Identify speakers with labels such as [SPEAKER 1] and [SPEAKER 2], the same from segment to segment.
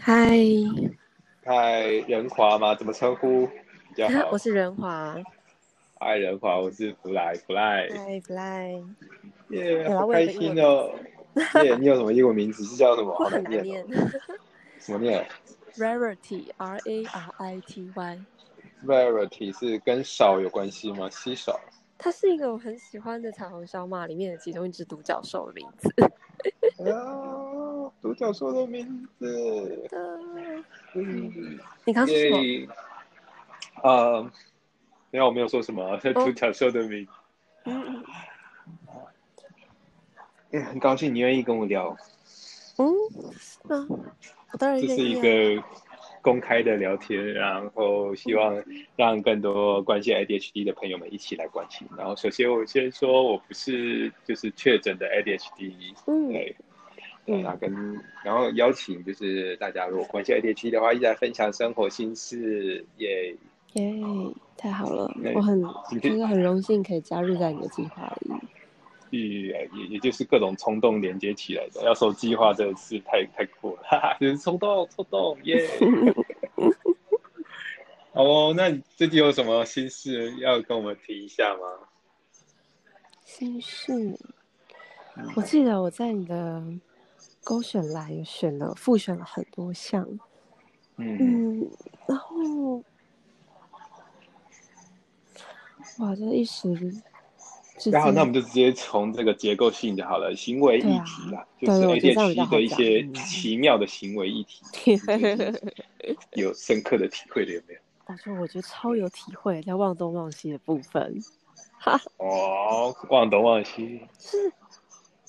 [SPEAKER 1] 嗨，
[SPEAKER 2] 嗨，仁华吗？怎么称呼？比较好
[SPEAKER 1] 我。是任华。
[SPEAKER 2] 嗨，仁华，我是弗莱，弗莱。
[SPEAKER 1] 嗨，不赖，
[SPEAKER 2] 耶、
[SPEAKER 1] 我要
[SPEAKER 2] 好
[SPEAKER 1] 问
[SPEAKER 2] 开
[SPEAKER 1] 一个英
[SPEAKER 2] 心
[SPEAKER 1] 文
[SPEAKER 2] 哦。 耶、你有什么英文名字是叫什么？
[SPEAKER 1] 我
[SPEAKER 2] 好
[SPEAKER 1] 很
[SPEAKER 2] 难
[SPEAKER 1] 难
[SPEAKER 2] 念
[SPEAKER 1] 念
[SPEAKER 2] 哦。 怎么念
[SPEAKER 1] ，Rarity R A R I T Y，
[SPEAKER 2] ？Rarity 是跟少有关系吗？稀少。
[SPEAKER 1] 它是一个我很喜欢的彩虹小马里面的其中一只独角兽的名字。
[SPEAKER 2] 啊，哎独角兽的名字。
[SPEAKER 1] 呃
[SPEAKER 2] 嗯
[SPEAKER 1] 你刚说什么？
[SPEAKER 2] 耶。呃，没有，我没有说什么。呃独角兽的名字。
[SPEAKER 1] 嗯
[SPEAKER 2] 耶嗯很高兴你愿意跟我聊，
[SPEAKER 1] 嗯，是吗？我当然
[SPEAKER 2] 这
[SPEAKER 1] 愿
[SPEAKER 2] 是一
[SPEAKER 1] 意啊。
[SPEAKER 2] 个公开的聊天，然后希望让更多关心 ADHD 的朋友们一起来关心。然后，首先我先说，我不是就是确诊的 ADHD，
[SPEAKER 1] 嗯
[SPEAKER 2] 对，对，然后跟然后邀请就是大家如果关心 ADHD 的话，一起来分享生活心事，也
[SPEAKER 1] 耶，太好了，
[SPEAKER 2] 对
[SPEAKER 1] 我很
[SPEAKER 2] 今天
[SPEAKER 1] 真的很荣幸可以加入在你的计划里。
[SPEAKER 2] 也呃也也就是各种冲动连接起来的。要说计划真的是太太酷了，哈哈，就是冲动冲动 耶。好哦，那你最近有什么心事要跟我们提一下吗？
[SPEAKER 1] 心事，
[SPEAKER 2] 嗯
[SPEAKER 1] 我记得我在你的勾选栏有选了复选了很多项，
[SPEAKER 2] 嗯，
[SPEAKER 1] 嗯，然后哇，这一时之
[SPEAKER 2] 然后
[SPEAKER 1] 间
[SPEAKER 2] 那我们就直接从这个结构性的好了，行为议题啦，
[SPEAKER 1] 对
[SPEAKER 2] 就
[SPEAKER 1] 啊
[SPEAKER 2] 是
[SPEAKER 1] 对我觉得这样比较
[SPEAKER 2] ADHD
[SPEAKER 1] 好
[SPEAKER 2] 的一
[SPEAKER 1] 讲
[SPEAKER 2] 些
[SPEAKER 1] 嗯
[SPEAKER 2] 奇妙的行为 议题，有深刻的体会的有没有？
[SPEAKER 1] 我说我觉得超有体会，在忘东忘西的部分，
[SPEAKER 2] 哦，忘东忘西，
[SPEAKER 1] 就是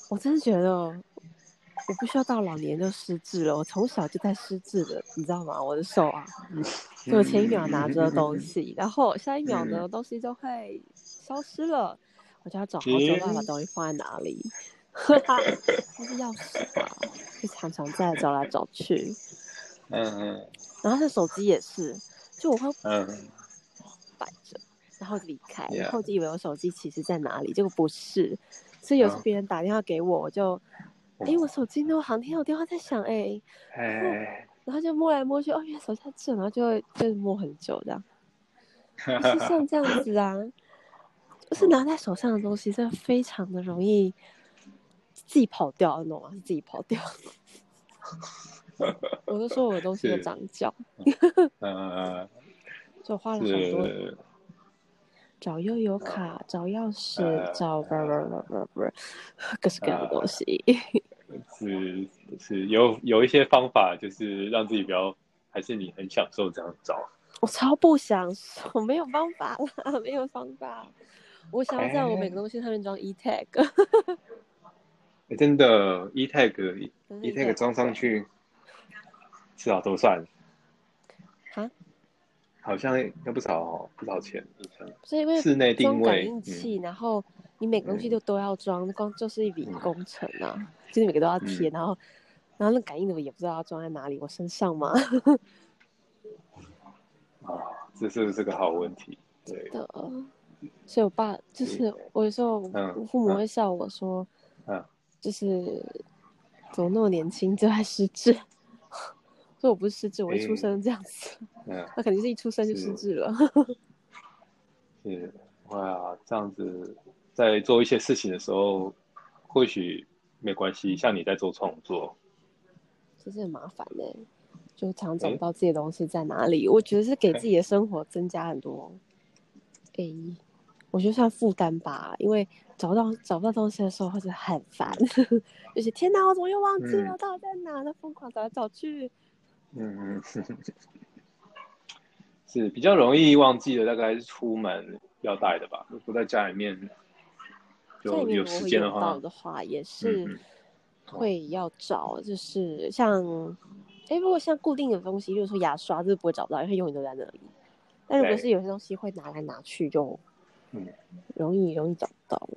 [SPEAKER 1] 我真的觉得我不需要到老年就失智了，我从小就在失智的，你知道吗？我的手啊，就我前一秒拿着东西，然后下一秒呢，东西就会消失了，我就要找好久
[SPEAKER 2] 嗯
[SPEAKER 1] 办法东西放在哪里。哈哈，它是钥匙嘛，就常常在找来找去。
[SPEAKER 2] 嗯嗯
[SPEAKER 1] 然后他手机也是，就我会
[SPEAKER 2] 嗯
[SPEAKER 1] 摆着，然后离开
[SPEAKER 2] Yeah.
[SPEAKER 1] 然后就以为我手机其实在哪里，结果不是。所以有时候
[SPEAKER 2] 嗯
[SPEAKER 1] 别人打电话给我，我就，哎、我手机呢？我好像听到我电话在响，哎、
[SPEAKER 2] 嗯，哎。
[SPEAKER 1] 然后就摸来摸去，哦，原来手机在这，然后就会就是摸很久这样。
[SPEAKER 2] 哈
[SPEAKER 1] 就是
[SPEAKER 2] 哈。
[SPEAKER 1] 像这样子 啊，就是拿在手上的东西，真的非常的容易自己跑掉，你懂吗？自己跑 掉。我都说我的东西都
[SPEAKER 2] 是
[SPEAKER 1] 长脚，
[SPEAKER 2] 呃，
[SPEAKER 1] 所以我花了很多
[SPEAKER 2] 是
[SPEAKER 1] 找悠游卡、找钥匙、
[SPEAKER 2] 呃
[SPEAKER 1] 找不不不不不，各式各样的
[SPEAKER 2] 呃
[SPEAKER 1] 东西。
[SPEAKER 2] 是是有有一些方法，就是让自己不要，还是你很享受这样找。
[SPEAKER 1] 我超不想说，我没有方法啦， 没有方法。我想要在我
[SPEAKER 2] 哎
[SPEAKER 1] 每个东西上面装 e tag，
[SPEAKER 2] 诶真的，e tag
[SPEAKER 1] 真的
[SPEAKER 2] e tag 装上去，是啊，多算，
[SPEAKER 1] 啊，
[SPEAKER 2] 好像要不少哦，不少钱，好像
[SPEAKER 1] 所以因为
[SPEAKER 2] 室内定
[SPEAKER 1] 装感
[SPEAKER 2] 位，
[SPEAKER 1] 应
[SPEAKER 2] 嗯，
[SPEAKER 1] 器，然后你每个东西都都要装，光就是一笔
[SPEAKER 2] 嗯
[SPEAKER 1] 工程啊，就是每个都要贴，然后然后那感应的我也不知道要装在哪里，我身上吗？
[SPEAKER 2] 啊，这是这个好问题，对，
[SPEAKER 1] 的，所以我爸就是我有时候
[SPEAKER 2] 嗯
[SPEAKER 1] 我父母会笑我说，
[SPEAKER 2] 嗯
[SPEAKER 1] 就是怎么那么年轻就爱失智， 说我不是失智，我一出生这样子，
[SPEAKER 2] 嗯，
[SPEAKER 1] 那肯定是一出生就失
[SPEAKER 2] 是
[SPEAKER 1] 智了。
[SPEAKER 2] 是，哇，这样子在做一些事情的时候，或许没关系，像你在做创作，
[SPEAKER 1] 其实很麻烦呢、就常找不
[SPEAKER 2] 诶
[SPEAKER 1] 到自己的东西在哪里。我觉得是给自己的生活增加很多，诶、我觉得算负担吧，因为找不到找不到东西的时候，或者很烦， 就是天哪，我怎么又忘记了，
[SPEAKER 2] 嗯
[SPEAKER 1] 到底在哪？那疯狂找来找去，
[SPEAKER 2] 嗯，是比较容易忘记的，大概是出门要带的吧。如果在家里面，
[SPEAKER 1] 家里
[SPEAKER 2] 就
[SPEAKER 1] 面如
[SPEAKER 2] 有
[SPEAKER 1] 果
[SPEAKER 2] 时
[SPEAKER 1] 会
[SPEAKER 2] 间的
[SPEAKER 1] 用到
[SPEAKER 2] 话，
[SPEAKER 1] 的话，也
[SPEAKER 2] 嗯
[SPEAKER 1] 是
[SPEAKER 2] 嗯
[SPEAKER 1] 会要找，就是像，诶、如果像固定的东西，比如说牙刷，就是不会找不到，因为永远都在那里。但如果
[SPEAKER 2] 对
[SPEAKER 1] 是有些东西会拿来拿去，就
[SPEAKER 2] 嗯
[SPEAKER 1] 容易容易找不到。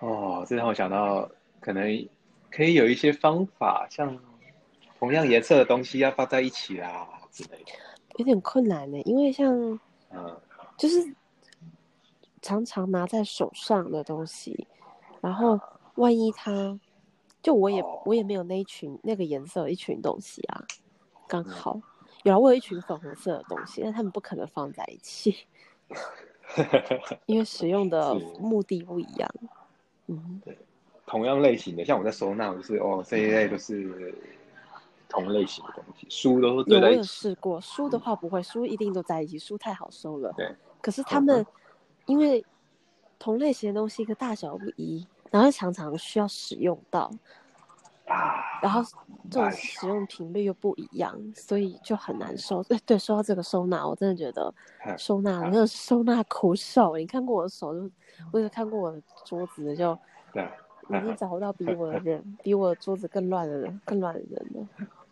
[SPEAKER 2] 哦，这让我想到，可能可以有一些方法，像同样颜色的东西要放在一起啦之类的。
[SPEAKER 1] 有点困难呢、因为像
[SPEAKER 2] 嗯
[SPEAKER 1] 就是常常拿在手上的东西，然后万一它就我也、
[SPEAKER 2] 哦
[SPEAKER 1] 我也没有那一群那个颜色的一群东西啊，
[SPEAKER 2] 嗯
[SPEAKER 1] 刚好。有啊，我有一群粉红色的东西，但他们不可能放在一起，因为使用的
[SPEAKER 2] 是
[SPEAKER 1] 目的不一样。嗯，
[SPEAKER 2] 同样类型的，像我在收纳，就是哦这一类都是同类型的东西，书都是
[SPEAKER 1] 有
[SPEAKER 2] 堆
[SPEAKER 1] 我
[SPEAKER 2] 在一
[SPEAKER 1] 有
[SPEAKER 2] 起，
[SPEAKER 1] 试过，书的话不会，书一定都在一起，书太好收了。
[SPEAKER 2] 对。
[SPEAKER 1] 可是他
[SPEAKER 2] 嗯哼
[SPEAKER 1] 们因为同类型的东西，一个大小不一，然后常常需要使用到，
[SPEAKER 2] 啊，
[SPEAKER 1] 然后这种
[SPEAKER 2] 哎呀
[SPEAKER 1] 使用频率又不一样，所以就很难收。哎对对，说到这个收纳，我真的觉得
[SPEAKER 2] 嗯
[SPEAKER 1] 收纳
[SPEAKER 2] 嗯
[SPEAKER 1] 那个收纳苦手。你看过我的手就，我也看过我的桌子就，
[SPEAKER 2] 对，啊
[SPEAKER 1] 我已经找不到比我的 人，比我桌子更乱的人，更乱的人了。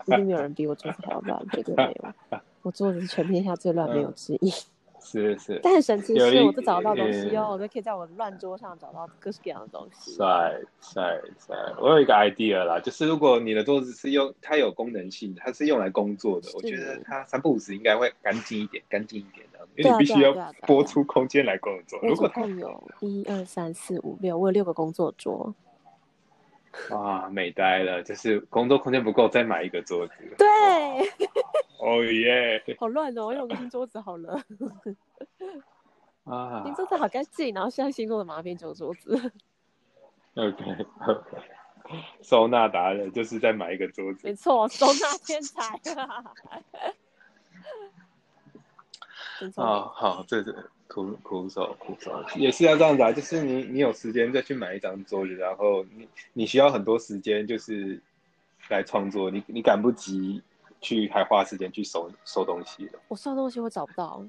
[SPEAKER 1] 一定没有人比我桌子还要乱，绝对没 有。我桌子是全天下最乱，没有之一。
[SPEAKER 2] 是是
[SPEAKER 1] 但很神奇的
[SPEAKER 2] 嗯有
[SPEAKER 1] 是，
[SPEAKER 2] 一
[SPEAKER 1] 我都找得到东西哦，
[SPEAKER 2] 嗯
[SPEAKER 1] 我都可以在我的乱桌上找到各式各样的东西。
[SPEAKER 2] 帅帅帅！我有一个 idea 啦，就是如果你的桌子是用它有功能性，它是用来工作的，
[SPEAKER 1] 是
[SPEAKER 2] 我觉得它三不五时应该会干净一点，干净一点的，
[SPEAKER 1] 对
[SPEAKER 2] 因为
[SPEAKER 1] 啊
[SPEAKER 2] 你必须要
[SPEAKER 1] 对啊对啊对啊
[SPEAKER 2] 拨出空间来工作。
[SPEAKER 1] 我
[SPEAKER 2] 如
[SPEAKER 1] 总
[SPEAKER 2] 果它
[SPEAKER 1] 共有一二三四五六，我有六个工作桌。
[SPEAKER 2] 哇美呆了，就是工作空间不够，再买一个桌子。
[SPEAKER 1] 对。
[SPEAKER 2] 哦耶
[SPEAKER 1] 好乱哦！用新桌子好 了，
[SPEAKER 2] 啊
[SPEAKER 1] 新桌子好干净，然后现在新做的麻变旧桌子，
[SPEAKER 2] ，OK，收纳达人就是再买一个桌子。
[SPEAKER 1] 没错，收纳 天才啊！没错，
[SPEAKER 2] 哦，好，这是苦苦手苦手，也是要这样子啊。就是你你有时间再去买一张桌子，然后你你需要很多时间，就是来创作。你你赶不及去，还花时间去收收东西了，
[SPEAKER 1] 我收东西我找不到，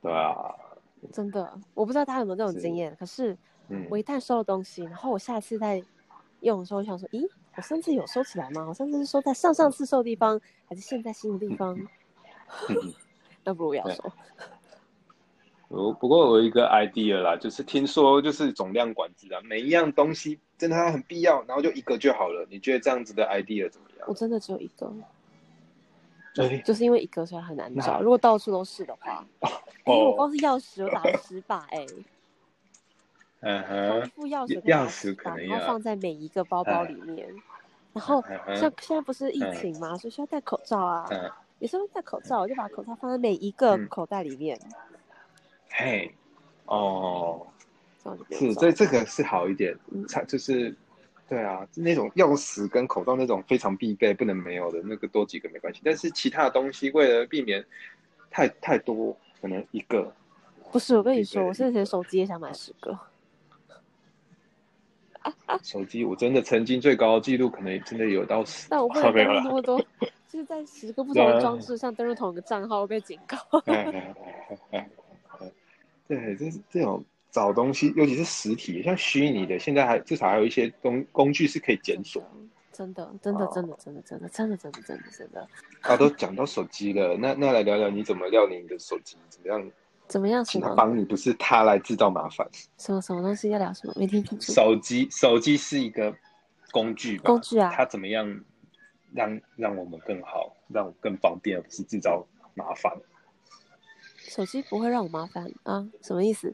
[SPEAKER 2] 对啊，
[SPEAKER 1] 真的，我不知道大家有没有这种
[SPEAKER 2] 是
[SPEAKER 1] 经验。可是
[SPEAKER 2] 嗯，
[SPEAKER 1] 我一旦收了东西，然后我下次再用的时候，我想说，咦，我上次有收起来吗？我上次是收在上上次收的地方，还是现在新的地
[SPEAKER 2] 嗯
[SPEAKER 1] 方？那不如不要收。
[SPEAKER 2] 我不过我有一个 idea 啦，就是听说就是总量管制啊，每一样东西真的它很必要，然后就一个就好了。你觉得这样子的 idea 怎么样
[SPEAKER 1] 我？真的只有一个，
[SPEAKER 2] 对，
[SPEAKER 1] 就是因为一个所以很难找。
[SPEAKER 2] 那
[SPEAKER 1] 如果到处都是的话，哎、我
[SPEAKER 2] 哦，
[SPEAKER 1] 光是钥匙，我打 了十把哎、
[SPEAKER 2] 嗯
[SPEAKER 1] 欸
[SPEAKER 2] 哼，，
[SPEAKER 1] 副钥匙
[SPEAKER 2] 钥
[SPEAKER 1] 跟打
[SPEAKER 2] 钥匙
[SPEAKER 1] 十
[SPEAKER 2] 可
[SPEAKER 1] 把，
[SPEAKER 2] 能
[SPEAKER 1] 然后
[SPEAKER 2] 要啊
[SPEAKER 1] 放在每一个包包里面。然后
[SPEAKER 2] 嗯
[SPEAKER 1] 像
[SPEAKER 2] 哼
[SPEAKER 1] 现在不是疫
[SPEAKER 2] 啊
[SPEAKER 1] 情嘛，所以需要戴口罩啊，
[SPEAKER 2] 嗯，
[SPEAKER 1] 也是会戴口罩，我就把口罩放在每一个口袋里面，
[SPEAKER 2] 嘿，哦。
[SPEAKER 1] 这样就不用
[SPEAKER 2] 是，
[SPEAKER 1] 找
[SPEAKER 2] 嗯这这个是好一点
[SPEAKER 1] 嗯，
[SPEAKER 2] 差就是，对啊，那种钥匙跟口罩那种非常必备，不能没有的那个多几个没关系，但是其他的东西为了避免太太多，可能一个
[SPEAKER 1] 不是，我跟你说，
[SPEAKER 2] 对
[SPEAKER 1] 我之前手机也想买十个，
[SPEAKER 2] 手机，我真的曾经最高纪录可能真的有到十，
[SPEAKER 1] 但我不
[SPEAKER 2] 啊
[SPEAKER 1] 能
[SPEAKER 2] 没
[SPEAKER 1] 登录
[SPEAKER 2] 有啦
[SPEAKER 1] 那么 多，就是在十个不同的
[SPEAKER 2] 对啊
[SPEAKER 1] 装置上登录同一个账号会被警告。
[SPEAKER 2] 哎对，这是这种找东西，尤其是实体，像虚拟的，现在还至少还有一些东工具是可以检索的。
[SPEAKER 1] 真的，真的，
[SPEAKER 2] 哦
[SPEAKER 1] 真的，真的，真的，真的，真的，真的，真的，
[SPEAKER 2] 啊，都讲到手机了，那那来聊聊你怎么料理你的手机，怎么样
[SPEAKER 1] 怎么样？什
[SPEAKER 2] 请他
[SPEAKER 1] 么
[SPEAKER 2] 帮你，不是他来制造麻烦。
[SPEAKER 1] 什么什么东西要聊什么？没听清楚。
[SPEAKER 2] 手机，手机是一个工具吧？
[SPEAKER 1] 工具啊
[SPEAKER 2] 它怎么样让让我们更好，让我更方便，而不是制造麻烦？
[SPEAKER 1] 手机不会让我麻烦啊？什么意思？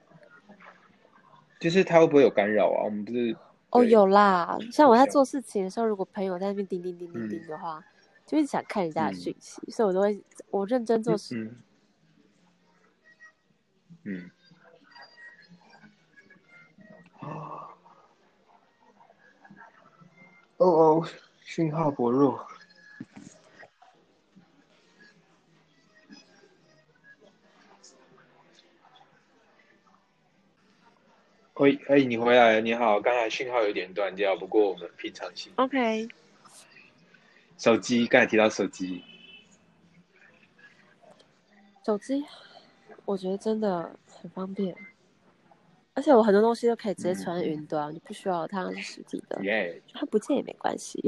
[SPEAKER 2] 就是它会不会有干扰啊？我们不是
[SPEAKER 1] 哦，
[SPEAKER 2] 对
[SPEAKER 1] 有啦，像我在
[SPEAKER 2] 有
[SPEAKER 1] 做事情的时候，如果朋友在那边叮叮叮叮叮的话，就会想看人家的
[SPEAKER 2] 嗯
[SPEAKER 1] 讯息，所以我都会我认真做事。
[SPEAKER 2] 嗯嗯啊哦哦，讯号薄弱。喂，哎，你回来了，你好，刚才讯号有点断掉，不过我们平常心。
[SPEAKER 1] OK，
[SPEAKER 2] 手机，刚才提到手机，
[SPEAKER 1] 手机我觉得真的很方便，而且我很多东西都可以直接传
[SPEAKER 2] 嗯
[SPEAKER 1] 云端，就不需要它是实体的，
[SPEAKER 2] 耶、
[SPEAKER 1] 它不见也没关系。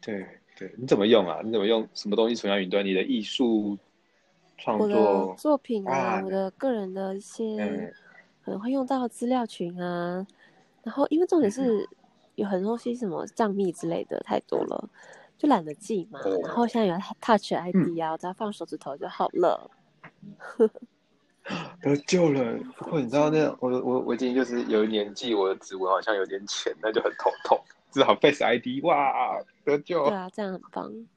[SPEAKER 2] 对对，你怎么用啊？你怎么用什么东西存在云端？你的艺术创
[SPEAKER 1] 我的
[SPEAKER 2] 作，
[SPEAKER 1] 作品啊
[SPEAKER 2] 啊，
[SPEAKER 1] 我的个人的一些
[SPEAKER 2] 嗯
[SPEAKER 1] 可能会用到的资料群啊，然后因为
[SPEAKER 2] 嗯
[SPEAKER 1] 重点是有很多东西什么账密之类的太多了，就懒得记嘛。
[SPEAKER 2] 哦
[SPEAKER 1] 然后现在有 Touch ID 啊，我只要放手指头就好了。
[SPEAKER 2] 得救了。不过你知道那
[SPEAKER 1] 嗯
[SPEAKER 2] 我我我已经就是有年纪，我的指纹好像有点浅，那就很头痛。至少 Face ID，哇，得救
[SPEAKER 1] 对。啊，这样很棒。
[SPEAKER 2] 哦
[SPEAKER 1] 嗯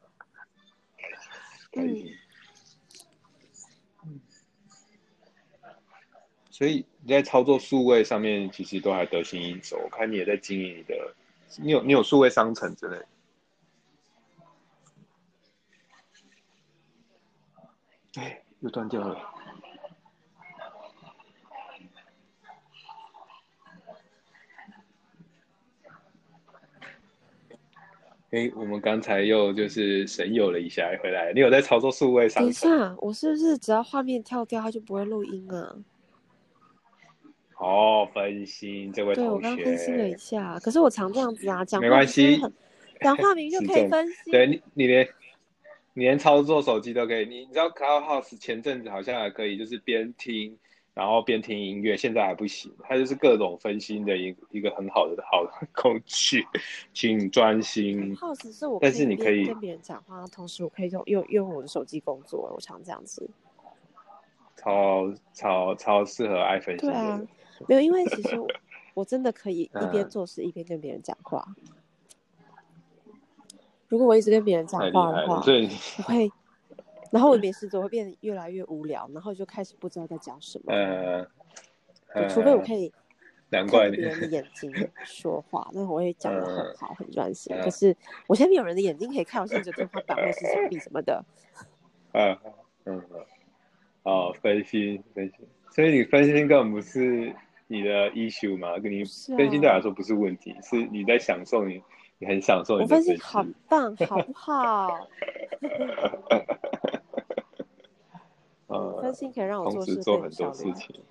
[SPEAKER 2] 可以。所以你在操作数位上面，其实都还得心应手。我看你也在经营你的，你有你有数位商城之类的。哎，又断掉了。哎，我们刚才又就是神游了一下，回来。你有在操作数位
[SPEAKER 1] 等
[SPEAKER 2] 商
[SPEAKER 1] 一
[SPEAKER 2] 城？
[SPEAKER 1] 下，我是不是只要画面跳掉，它就不会录音啊？
[SPEAKER 2] 哦，分心，这位
[SPEAKER 1] 对，我
[SPEAKER 2] 同
[SPEAKER 1] 刚
[SPEAKER 2] 学。
[SPEAKER 1] 刚分析了一下，可是我常这样子啊，讲
[SPEAKER 2] 没
[SPEAKER 1] 话
[SPEAKER 2] 关
[SPEAKER 1] 明明
[SPEAKER 2] 系
[SPEAKER 1] 很，讲话 明明就可以分析。
[SPEAKER 2] 对你，你连你连操作手机都可以。你你知道 Clubhouse 前阵子好像还可以，就是边听然后边听音乐，现在还不行。它就是各种分心的一一个很好的好的工具，请专心。
[SPEAKER 1] House 是我，
[SPEAKER 2] 嗯但是你可以
[SPEAKER 1] 跟别人讲话，同时我可以用用用我的手机工作，我常这样子。
[SPEAKER 2] 超超超适合爱分心
[SPEAKER 1] 对
[SPEAKER 2] 的
[SPEAKER 1] 啊
[SPEAKER 2] 人。，
[SPEAKER 1] 没有，因为其实 我我真的可以一边
[SPEAKER 2] 嗯
[SPEAKER 1] 做事一边跟别人讲话。如果我一直跟别人讲
[SPEAKER 2] 太厉
[SPEAKER 1] 话的
[SPEAKER 2] 害
[SPEAKER 1] 话
[SPEAKER 2] 了！，嗯所以，
[SPEAKER 1] 我会，然后我没事做，会变得越来越无聊，然后就开始不知道在讲什么。
[SPEAKER 2] 呃，
[SPEAKER 1] 对
[SPEAKER 2] 呃
[SPEAKER 1] 除非我可以
[SPEAKER 2] 难怪
[SPEAKER 1] 看
[SPEAKER 2] 你
[SPEAKER 1] 别人的眼睛说话，那我会讲的很好，很专心。
[SPEAKER 2] 嗯
[SPEAKER 1] 可是我现在没有人的眼睛可以看，我现在只有天花板或是墙壁什么的。
[SPEAKER 2] 嗯嗯，哦，分心分心，所以你分心根本不是你的 issue 嘛，跟你
[SPEAKER 1] 是啊
[SPEAKER 2] 分心对我来说不是问题，是你在享受你，你很享受
[SPEAKER 1] 我
[SPEAKER 2] 你的
[SPEAKER 1] 分
[SPEAKER 2] 分
[SPEAKER 1] 析
[SPEAKER 2] 心。
[SPEAKER 1] 好棒，好不好？分
[SPEAKER 2] 呃，
[SPEAKER 1] 心可以让我
[SPEAKER 2] 同
[SPEAKER 1] 做
[SPEAKER 2] 时
[SPEAKER 1] 事
[SPEAKER 2] 做
[SPEAKER 1] 更有
[SPEAKER 2] 很多
[SPEAKER 1] 效
[SPEAKER 2] 事
[SPEAKER 1] 率。
[SPEAKER 2] 情。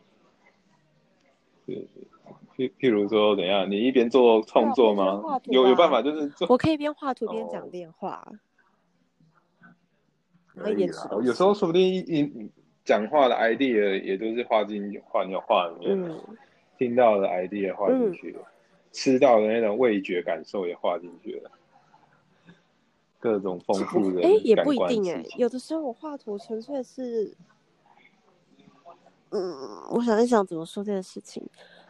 [SPEAKER 2] 是是，譬譬如说怎样，你一边做创作
[SPEAKER 1] 对啊我就画
[SPEAKER 2] 吗？
[SPEAKER 1] 图
[SPEAKER 2] 有有
[SPEAKER 1] 啊
[SPEAKER 2] 办法就是做，
[SPEAKER 1] 我可以边画图边
[SPEAKER 2] 哦
[SPEAKER 1] 讲电话，然
[SPEAKER 2] 可
[SPEAKER 1] 后
[SPEAKER 2] 以
[SPEAKER 1] 延迟
[SPEAKER 2] 啦
[SPEAKER 1] 东。西
[SPEAKER 2] 有时候说不定一一讲话的 idea 也都是画进画你的画里面。
[SPEAKER 1] 嗯，
[SPEAKER 2] 听到的 idea 画进去了，吃到的那种味觉感受也画进去了，各种丰富的
[SPEAKER 1] 哎，也
[SPEAKER 2] 感
[SPEAKER 1] 不一
[SPEAKER 2] 官
[SPEAKER 1] 定
[SPEAKER 2] 刺
[SPEAKER 1] 哎，
[SPEAKER 2] 激。
[SPEAKER 1] 有的时候我画图纯粹是，嗯，我想一想怎么说这件事情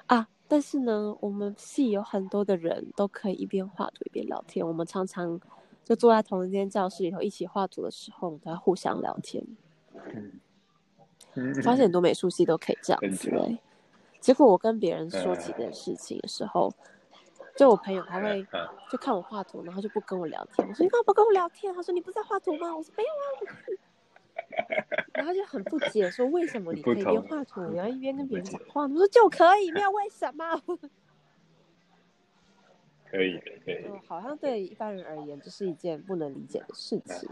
[SPEAKER 1] 啊。但是呢，我们系有很多的人都可以一边画图一边聊天，我们常常就坐在同一间教室里头一起画图的时候，我们都要互相聊天。
[SPEAKER 2] 嗯
[SPEAKER 1] 发现很 多美术系都可以这样子
[SPEAKER 2] 很
[SPEAKER 1] 哎、
[SPEAKER 2] 久
[SPEAKER 1] 结果我跟别人
[SPEAKER 2] 啊
[SPEAKER 1] 说起这件事情的时候，就我朋友他会
[SPEAKER 2] 嗯
[SPEAKER 1] 就看我画图，然后就不跟我聊天。我说你干嘛不跟我聊天？他说你不是在画图吗？我说没有啊。我然后他就很不解，说为什么你可以一边画图，然后一边跟别人讲话？我说就可以，没有为什么。
[SPEAKER 2] 可以的，可以的
[SPEAKER 1] 就好像对一般人而言，这是一件不能理解的事情。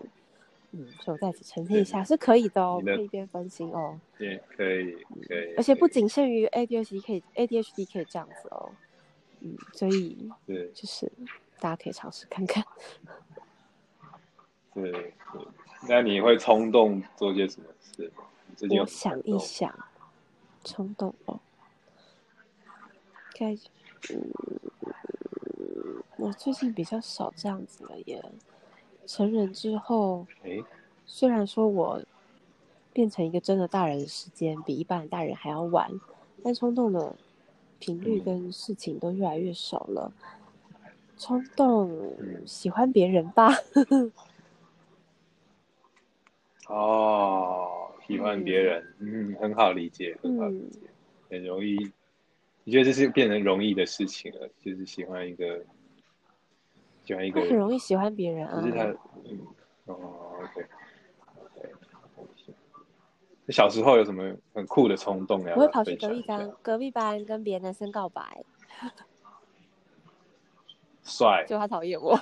[SPEAKER 1] 嗯，所以我再次澄清一下，是可以的哦，
[SPEAKER 2] 你
[SPEAKER 1] 可
[SPEAKER 2] 的
[SPEAKER 1] 以一边分心哦。
[SPEAKER 2] 也可以，可以。
[SPEAKER 1] 而且不仅限于 ADHD 可以 ADHD 可以这样子哦，嗯，所以
[SPEAKER 2] 是
[SPEAKER 1] 就是大家可以尝试看看。
[SPEAKER 2] 是是。那你会冲动做些什么事？你最近有
[SPEAKER 1] 我想一想，冲动哦，该嗯，我最近比较少这样子了耶。成人之后，
[SPEAKER 2] 哎，
[SPEAKER 1] 虽然说我变成一个真的大人的时间比一般的大人还要晚，但冲动的频率
[SPEAKER 2] 嗯
[SPEAKER 1] 跟事情都越来越少了。冲动
[SPEAKER 2] 嗯
[SPEAKER 1] 喜欢别人吧，
[SPEAKER 2] 哦，喜欢别人，嗯，很好理解，很好理
[SPEAKER 1] 嗯
[SPEAKER 2] 解，很容易。你觉得这是变成容易的事情了，就是喜欢一个，喜欢一
[SPEAKER 1] 我
[SPEAKER 2] 个
[SPEAKER 1] 很
[SPEAKER 2] 人。
[SPEAKER 1] 容易喜欢别人
[SPEAKER 2] 可是他
[SPEAKER 1] 啊。，
[SPEAKER 2] 嗯，哦，OK，那小时候有什么很酷的冲动呀？
[SPEAKER 1] 我会跑去
[SPEAKER 2] 分享
[SPEAKER 1] 隔壁
[SPEAKER 2] 一下
[SPEAKER 1] 班，隔壁班跟别的男生告白，
[SPEAKER 2] 帅，
[SPEAKER 1] 就他讨厌 我。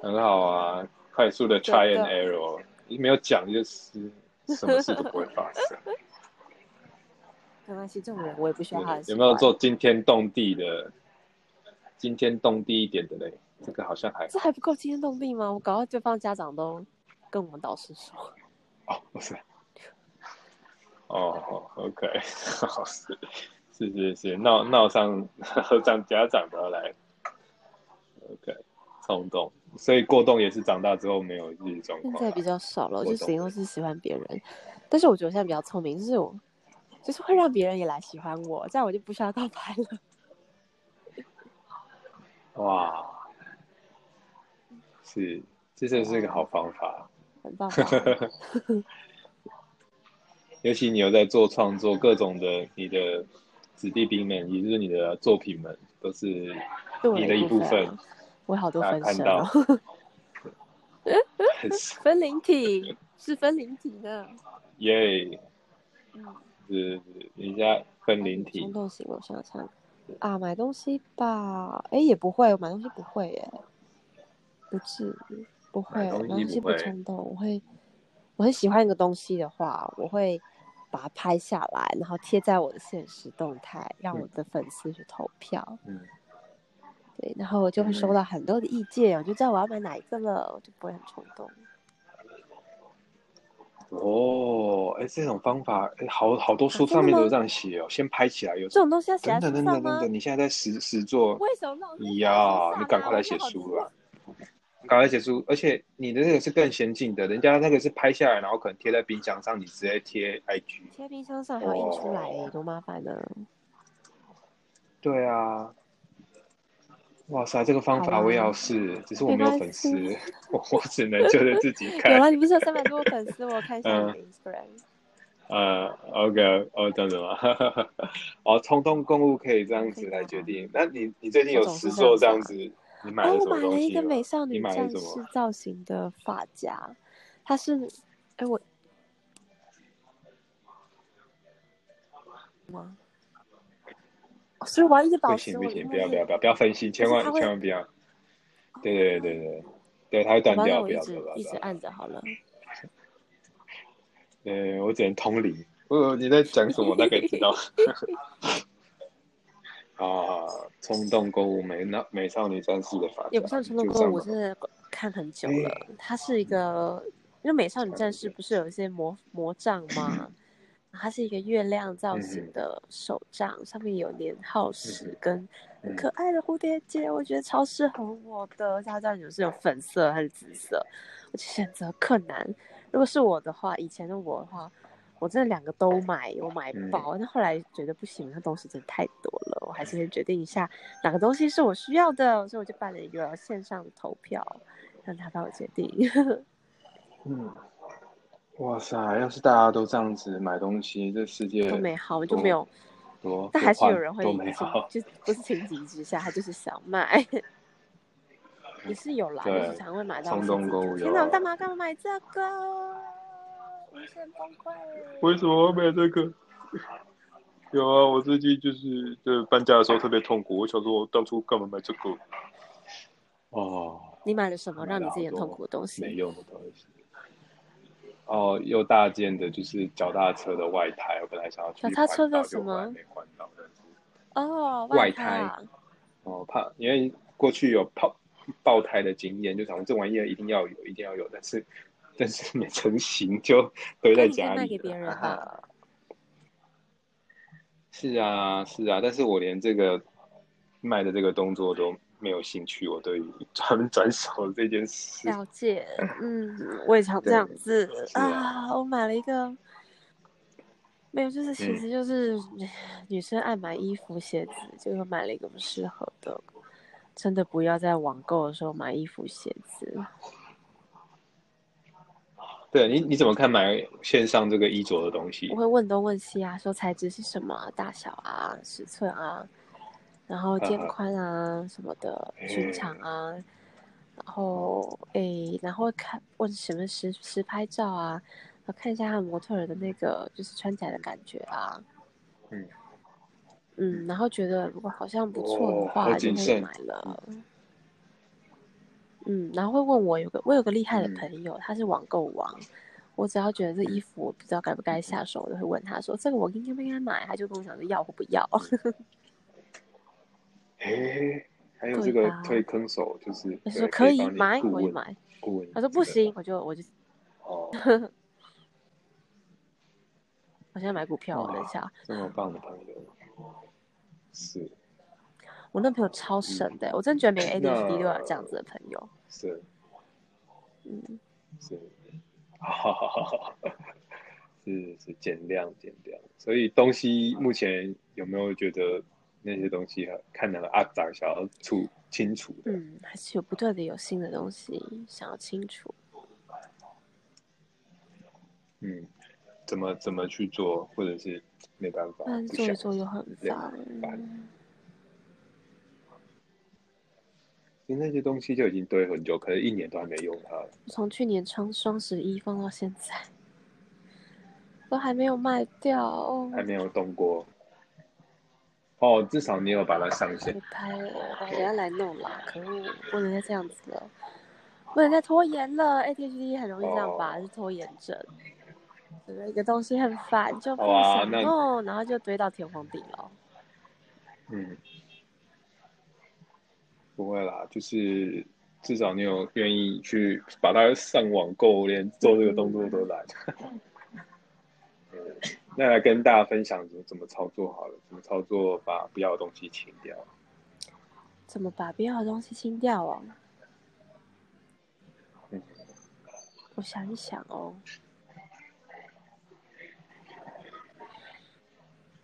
[SPEAKER 2] 很好啊，快速的 try and error，你没有讲就是什么事都不会发生。
[SPEAKER 1] 没关系，这种人我也不需要他的喜
[SPEAKER 2] 有
[SPEAKER 1] 欢。
[SPEAKER 2] 没有做惊天动地的？惊天动地一点的嘞，这个好像还
[SPEAKER 1] 这还不够惊天动地吗？我搞到对方家长都跟我们导师说，
[SPEAKER 2] 哦，不是，哦，OK，好是是是是，闹闹上让家长都要来，OK，冲动，所以过动也是长大之后没有这种状
[SPEAKER 1] 现
[SPEAKER 2] 况
[SPEAKER 1] 在
[SPEAKER 2] 啊，
[SPEAKER 1] 比较少了，
[SPEAKER 2] 我
[SPEAKER 1] 就
[SPEAKER 2] 懂
[SPEAKER 1] 顶多是喜欢别人。但是我觉得我现在比较聪明，就是我就是会让别人也来喜欢我，这样我就不需要告白了。
[SPEAKER 2] 啊哇，是，这真是一个好方法。
[SPEAKER 1] 很棒 吧
[SPEAKER 2] 尤其你有在做创作，各种的你的子弟兵们，也就是你的作品们，都是
[SPEAKER 1] 对我
[SPEAKER 2] 你的一部
[SPEAKER 1] 分
[SPEAKER 2] 分
[SPEAKER 1] 啊，，我有好多
[SPEAKER 2] 大家
[SPEAKER 1] 分
[SPEAKER 2] 看
[SPEAKER 1] 身
[SPEAKER 2] 到
[SPEAKER 1] 哦，。
[SPEAKER 2] 很
[SPEAKER 1] 分灵体是分灵体呢。
[SPEAKER 2] 耶，
[SPEAKER 1] 嗯，
[SPEAKER 2] 是人家
[SPEAKER 1] 哦
[SPEAKER 2] 分灵体
[SPEAKER 1] 冲，动型，我想想啊，买东西吧，哎，也不会，我买东西不会耶，不至于，不会，
[SPEAKER 2] 买东
[SPEAKER 1] 我买
[SPEAKER 2] 西
[SPEAKER 1] 东西
[SPEAKER 2] 不会
[SPEAKER 1] 冲动，我会，我很喜欢一个东西的话，我会把它拍下来，然后贴在我的现实动态，让我的粉丝去投票。
[SPEAKER 2] 嗯，
[SPEAKER 1] 对，然后我就会收
[SPEAKER 2] 嗯
[SPEAKER 1] 到很多的意见，我就知道我要买哪一个了，我就不会很冲动。
[SPEAKER 2] 哦，哎，这种方法，哎，好好多
[SPEAKER 1] 啊真
[SPEAKER 2] 书
[SPEAKER 1] 的
[SPEAKER 2] 上面都
[SPEAKER 1] 吗
[SPEAKER 2] 这样写哦，先拍起来，有
[SPEAKER 1] 这种东西要写在
[SPEAKER 2] 等等
[SPEAKER 1] 书上
[SPEAKER 2] 等等
[SPEAKER 1] 吗
[SPEAKER 2] 等？等，你现在在实实做，
[SPEAKER 1] 为什么让我在
[SPEAKER 2] 呀
[SPEAKER 1] 手上
[SPEAKER 2] 你赶
[SPEAKER 1] 啊
[SPEAKER 2] 快来
[SPEAKER 1] 我
[SPEAKER 2] 写
[SPEAKER 1] 好
[SPEAKER 2] 书
[SPEAKER 1] 急
[SPEAKER 2] 了你赶快写书，而且你的那个是更先进的，人家那个是拍下来，然后可能贴在冰箱上，你直接贴 IG。
[SPEAKER 1] 贴冰箱上还要印出来
[SPEAKER 2] 哦
[SPEAKER 1] 耶，多麻烦呢！
[SPEAKER 2] 对啊，哇塞，这个方
[SPEAKER 1] 好
[SPEAKER 2] 法
[SPEAKER 1] 啊
[SPEAKER 2] 我也要试，只是我没
[SPEAKER 1] 没
[SPEAKER 2] 有粉
[SPEAKER 1] 关
[SPEAKER 2] 丝
[SPEAKER 1] 系，
[SPEAKER 2] 我我只能就是自己
[SPEAKER 1] 有啊
[SPEAKER 2] 看。嗯
[SPEAKER 1] 了，你不是有三百多个粉丝？我看一下你的 Instagram。
[SPEAKER 2] 呃，OK，哦，这样子吗？哦，冲动购物可以这样子来决定。那你你最近有实做这样子，你买
[SPEAKER 1] 然
[SPEAKER 2] 了
[SPEAKER 1] 后
[SPEAKER 2] 什
[SPEAKER 1] 哦我
[SPEAKER 2] 么
[SPEAKER 1] 买
[SPEAKER 2] 东
[SPEAKER 1] 了
[SPEAKER 2] 西吗？
[SPEAKER 1] 一个美少
[SPEAKER 2] 你
[SPEAKER 1] 女
[SPEAKER 2] 买了
[SPEAKER 1] 战
[SPEAKER 2] 什
[SPEAKER 1] 士
[SPEAKER 2] 么？啊
[SPEAKER 1] 造型的发夹，它是，哎我吗？哦所以我要一直保
[SPEAKER 2] 不
[SPEAKER 1] 持
[SPEAKER 2] 行
[SPEAKER 1] 我
[SPEAKER 2] 不
[SPEAKER 1] 的
[SPEAKER 2] 行，不
[SPEAKER 1] 那
[SPEAKER 2] 要不要
[SPEAKER 1] 个
[SPEAKER 2] 不要不要分心，千
[SPEAKER 1] 是
[SPEAKER 2] 万
[SPEAKER 1] 它会
[SPEAKER 2] 千万不要。对对对对对，它会断
[SPEAKER 1] 好吧，那
[SPEAKER 2] 掉，
[SPEAKER 1] 我
[SPEAKER 2] 不
[SPEAKER 1] 一
[SPEAKER 2] 要不
[SPEAKER 1] 直
[SPEAKER 2] 要不要。
[SPEAKER 1] 一直按着好了。
[SPEAKER 2] 呃，我只能通灵。呃，你在讲什么？我大概知道。 啊，冲动购物美那美少女战士的法则
[SPEAKER 1] 也不算冲动购物，我真的看很久了。它是一个，因为美少女战士不是有一些魔魔杖吗？它是一个月亮造型的手杖，上面有年号
[SPEAKER 2] 嗯
[SPEAKER 1] 石跟很
[SPEAKER 2] 嗯
[SPEAKER 1] 可爱的蝴蝶结，我觉得超适合我的。它这样有是有粉色还是紫色？我就选择柯南。如果是我的话，以前的我的话，我真的两个都买，我买
[SPEAKER 2] 嗯
[SPEAKER 1] 爆。但后来觉得不行，那东西真的太多了，我还是先决定一下哪个东西是我需要的，所以我就办了一个线上投票，让他帮我决定。
[SPEAKER 2] 嗯，哇塞！要是大家都这样子买东西，这世界
[SPEAKER 1] 多美好，我就没有，
[SPEAKER 2] 多，
[SPEAKER 1] 但
[SPEAKER 2] 多
[SPEAKER 1] 还是有
[SPEAKER 2] 换
[SPEAKER 1] 人会
[SPEAKER 2] 多美好。
[SPEAKER 1] 情，就不是情急之下，他就是想买， 也是有啦，
[SPEAKER 2] 对
[SPEAKER 1] 就是常会买到。
[SPEAKER 2] 冲动购物有
[SPEAKER 1] 天哪，我干嘛干嘛买这个？我一瞬崩溃。
[SPEAKER 2] 为什么我买这个？有啊，我最近就是呃搬家的时候特别痛苦，我想说我当初干嘛买这个？哦，
[SPEAKER 1] 你买了什么
[SPEAKER 2] 买了
[SPEAKER 1] 让你自己
[SPEAKER 2] 好
[SPEAKER 1] 很
[SPEAKER 2] 多
[SPEAKER 1] 痛苦的东
[SPEAKER 2] 没
[SPEAKER 1] 西？
[SPEAKER 2] 用的东西。哦，又大件的，就是脚踏车的外胎，我本来想要去
[SPEAKER 1] 脚踏车的
[SPEAKER 2] 环岛
[SPEAKER 1] 什么
[SPEAKER 2] 就后来没环到，但是
[SPEAKER 1] 哦，
[SPEAKER 2] 外
[SPEAKER 1] 胎啊，
[SPEAKER 2] 哦怕，因为过去有爆爆胎的经验，就想说这玩意儿一定要有，一定要有，但是但是没成型就堆
[SPEAKER 1] 那
[SPEAKER 2] 在
[SPEAKER 1] 你可以
[SPEAKER 2] 家里了。啊
[SPEAKER 1] 卖给别人吧。
[SPEAKER 2] 是啊，是啊，但是我连这个卖的这个动作都没有兴趣，我对于转 转手这件事，
[SPEAKER 1] 了 解，嗯，我也常这样子
[SPEAKER 2] 是啊
[SPEAKER 1] 啊。我买了一个，没有，就是其
[SPEAKER 2] 嗯
[SPEAKER 1] 实就是、女生爱买衣服、鞋子，结果买了一个不适合的。真的不要在网购的时候买衣服、鞋子。
[SPEAKER 2] 对你你怎么看买线上这个衣着的东西
[SPEAKER 1] 我？会问东问西啊，说材质是什么、大小啊、尺寸啊，然后肩
[SPEAKER 2] 啊
[SPEAKER 1] 宽啊什么的，裙
[SPEAKER 2] 嗯
[SPEAKER 1] 长啊，然后诶，然后看问什么实实拍照啊，然后看一下他模特儿的那个就是穿起来的感觉啊，
[SPEAKER 2] 嗯
[SPEAKER 1] 嗯，然后觉得如果好像不错
[SPEAKER 2] 哦
[SPEAKER 1] 的
[SPEAKER 2] 好
[SPEAKER 1] 话，就
[SPEAKER 2] 谨
[SPEAKER 1] 会
[SPEAKER 2] 慎
[SPEAKER 1] 买了。嗯，然后会问我有个我有个厉害的
[SPEAKER 2] 嗯
[SPEAKER 1] 朋友，他是网购王，我只要觉得这衣服我不知道该不该下手，我就会问他说这个我应该不应该买，他就跟我讲说要或不要。
[SPEAKER 2] 嗯哎，还有
[SPEAKER 1] 对
[SPEAKER 2] 这个
[SPEAKER 1] 吧
[SPEAKER 2] 推坑手，就是
[SPEAKER 1] 他
[SPEAKER 2] 对
[SPEAKER 1] 说
[SPEAKER 2] 可
[SPEAKER 1] 以
[SPEAKER 2] 帮你
[SPEAKER 1] 买，
[SPEAKER 2] 顾
[SPEAKER 1] 我就
[SPEAKER 2] 问
[SPEAKER 1] 买。
[SPEAKER 2] 顾问，
[SPEAKER 1] 他说不行，我就我就
[SPEAKER 2] 哦，
[SPEAKER 1] 我现在买股票，我
[SPEAKER 2] 哇
[SPEAKER 1] 等一下，
[SPEAKER 2] 这么棒的朋友，是
[SPEAKER 1] 我那朋友超
[SPEAKER 2] 嗯
[SPEAKER 1] 神的，我真的觉得每个 ADHD 都要有这样子的朋友。
[SPEAKER 2] 是
[SPEAKER 1] 嗯，
[SPEAKER 2] 是，哈哈哈哈，是是减量减量。所以东西目前有没有觉得那些东西还看了阿杂想要处清除的？
[SPEAKER 1] 嗯，还是有不断的有新的东西想要清除。
[SPEAKER 2] 嗯，怎么怎么去做，或者是没办法，
[SPEAKER 1] 但
[SPEAKER 2] 不
[SPEAKER 1] 嗯做一
[SPEAKER 2] 想
[SPEAKER 1] 做又很烦。
[SPEAKER 2] 烦其实那些东西就已经堆很久，可能一年都还没用它了。
[SPEAKER 1] 从去年双双十一放到现在，都还没有卖掉，哦
[SPEAKER 2] 还没有动过。哦，至少你有把它上线
[SPEAKER 1] 被。拍了，哎人家来弄了，可恶，不能再这样子了，不能再拖延了。ADHD 很容易这样吧，是拖延症。觉得一个东西很烦，就不
[SPEAKER 2] 好啊
[SPEAKER 1] 想
[SPEAKER 2] 那
[SPEAKER 1] 弄，然后就堆到天荒地老。
[SPEAKER 2] 嗯，不会啦，就是至少你有愿意去把它上网购，连做这个动作都来。嗯 那来跟大家分享怎么怎么操作好了，怎么操作把不要的东西清掉。
[SPEAKER 1] 怎么把必要的东西清掉哦？
[SPEAKER 2] 嗯
[SPEAKER 1] 我想一想哦。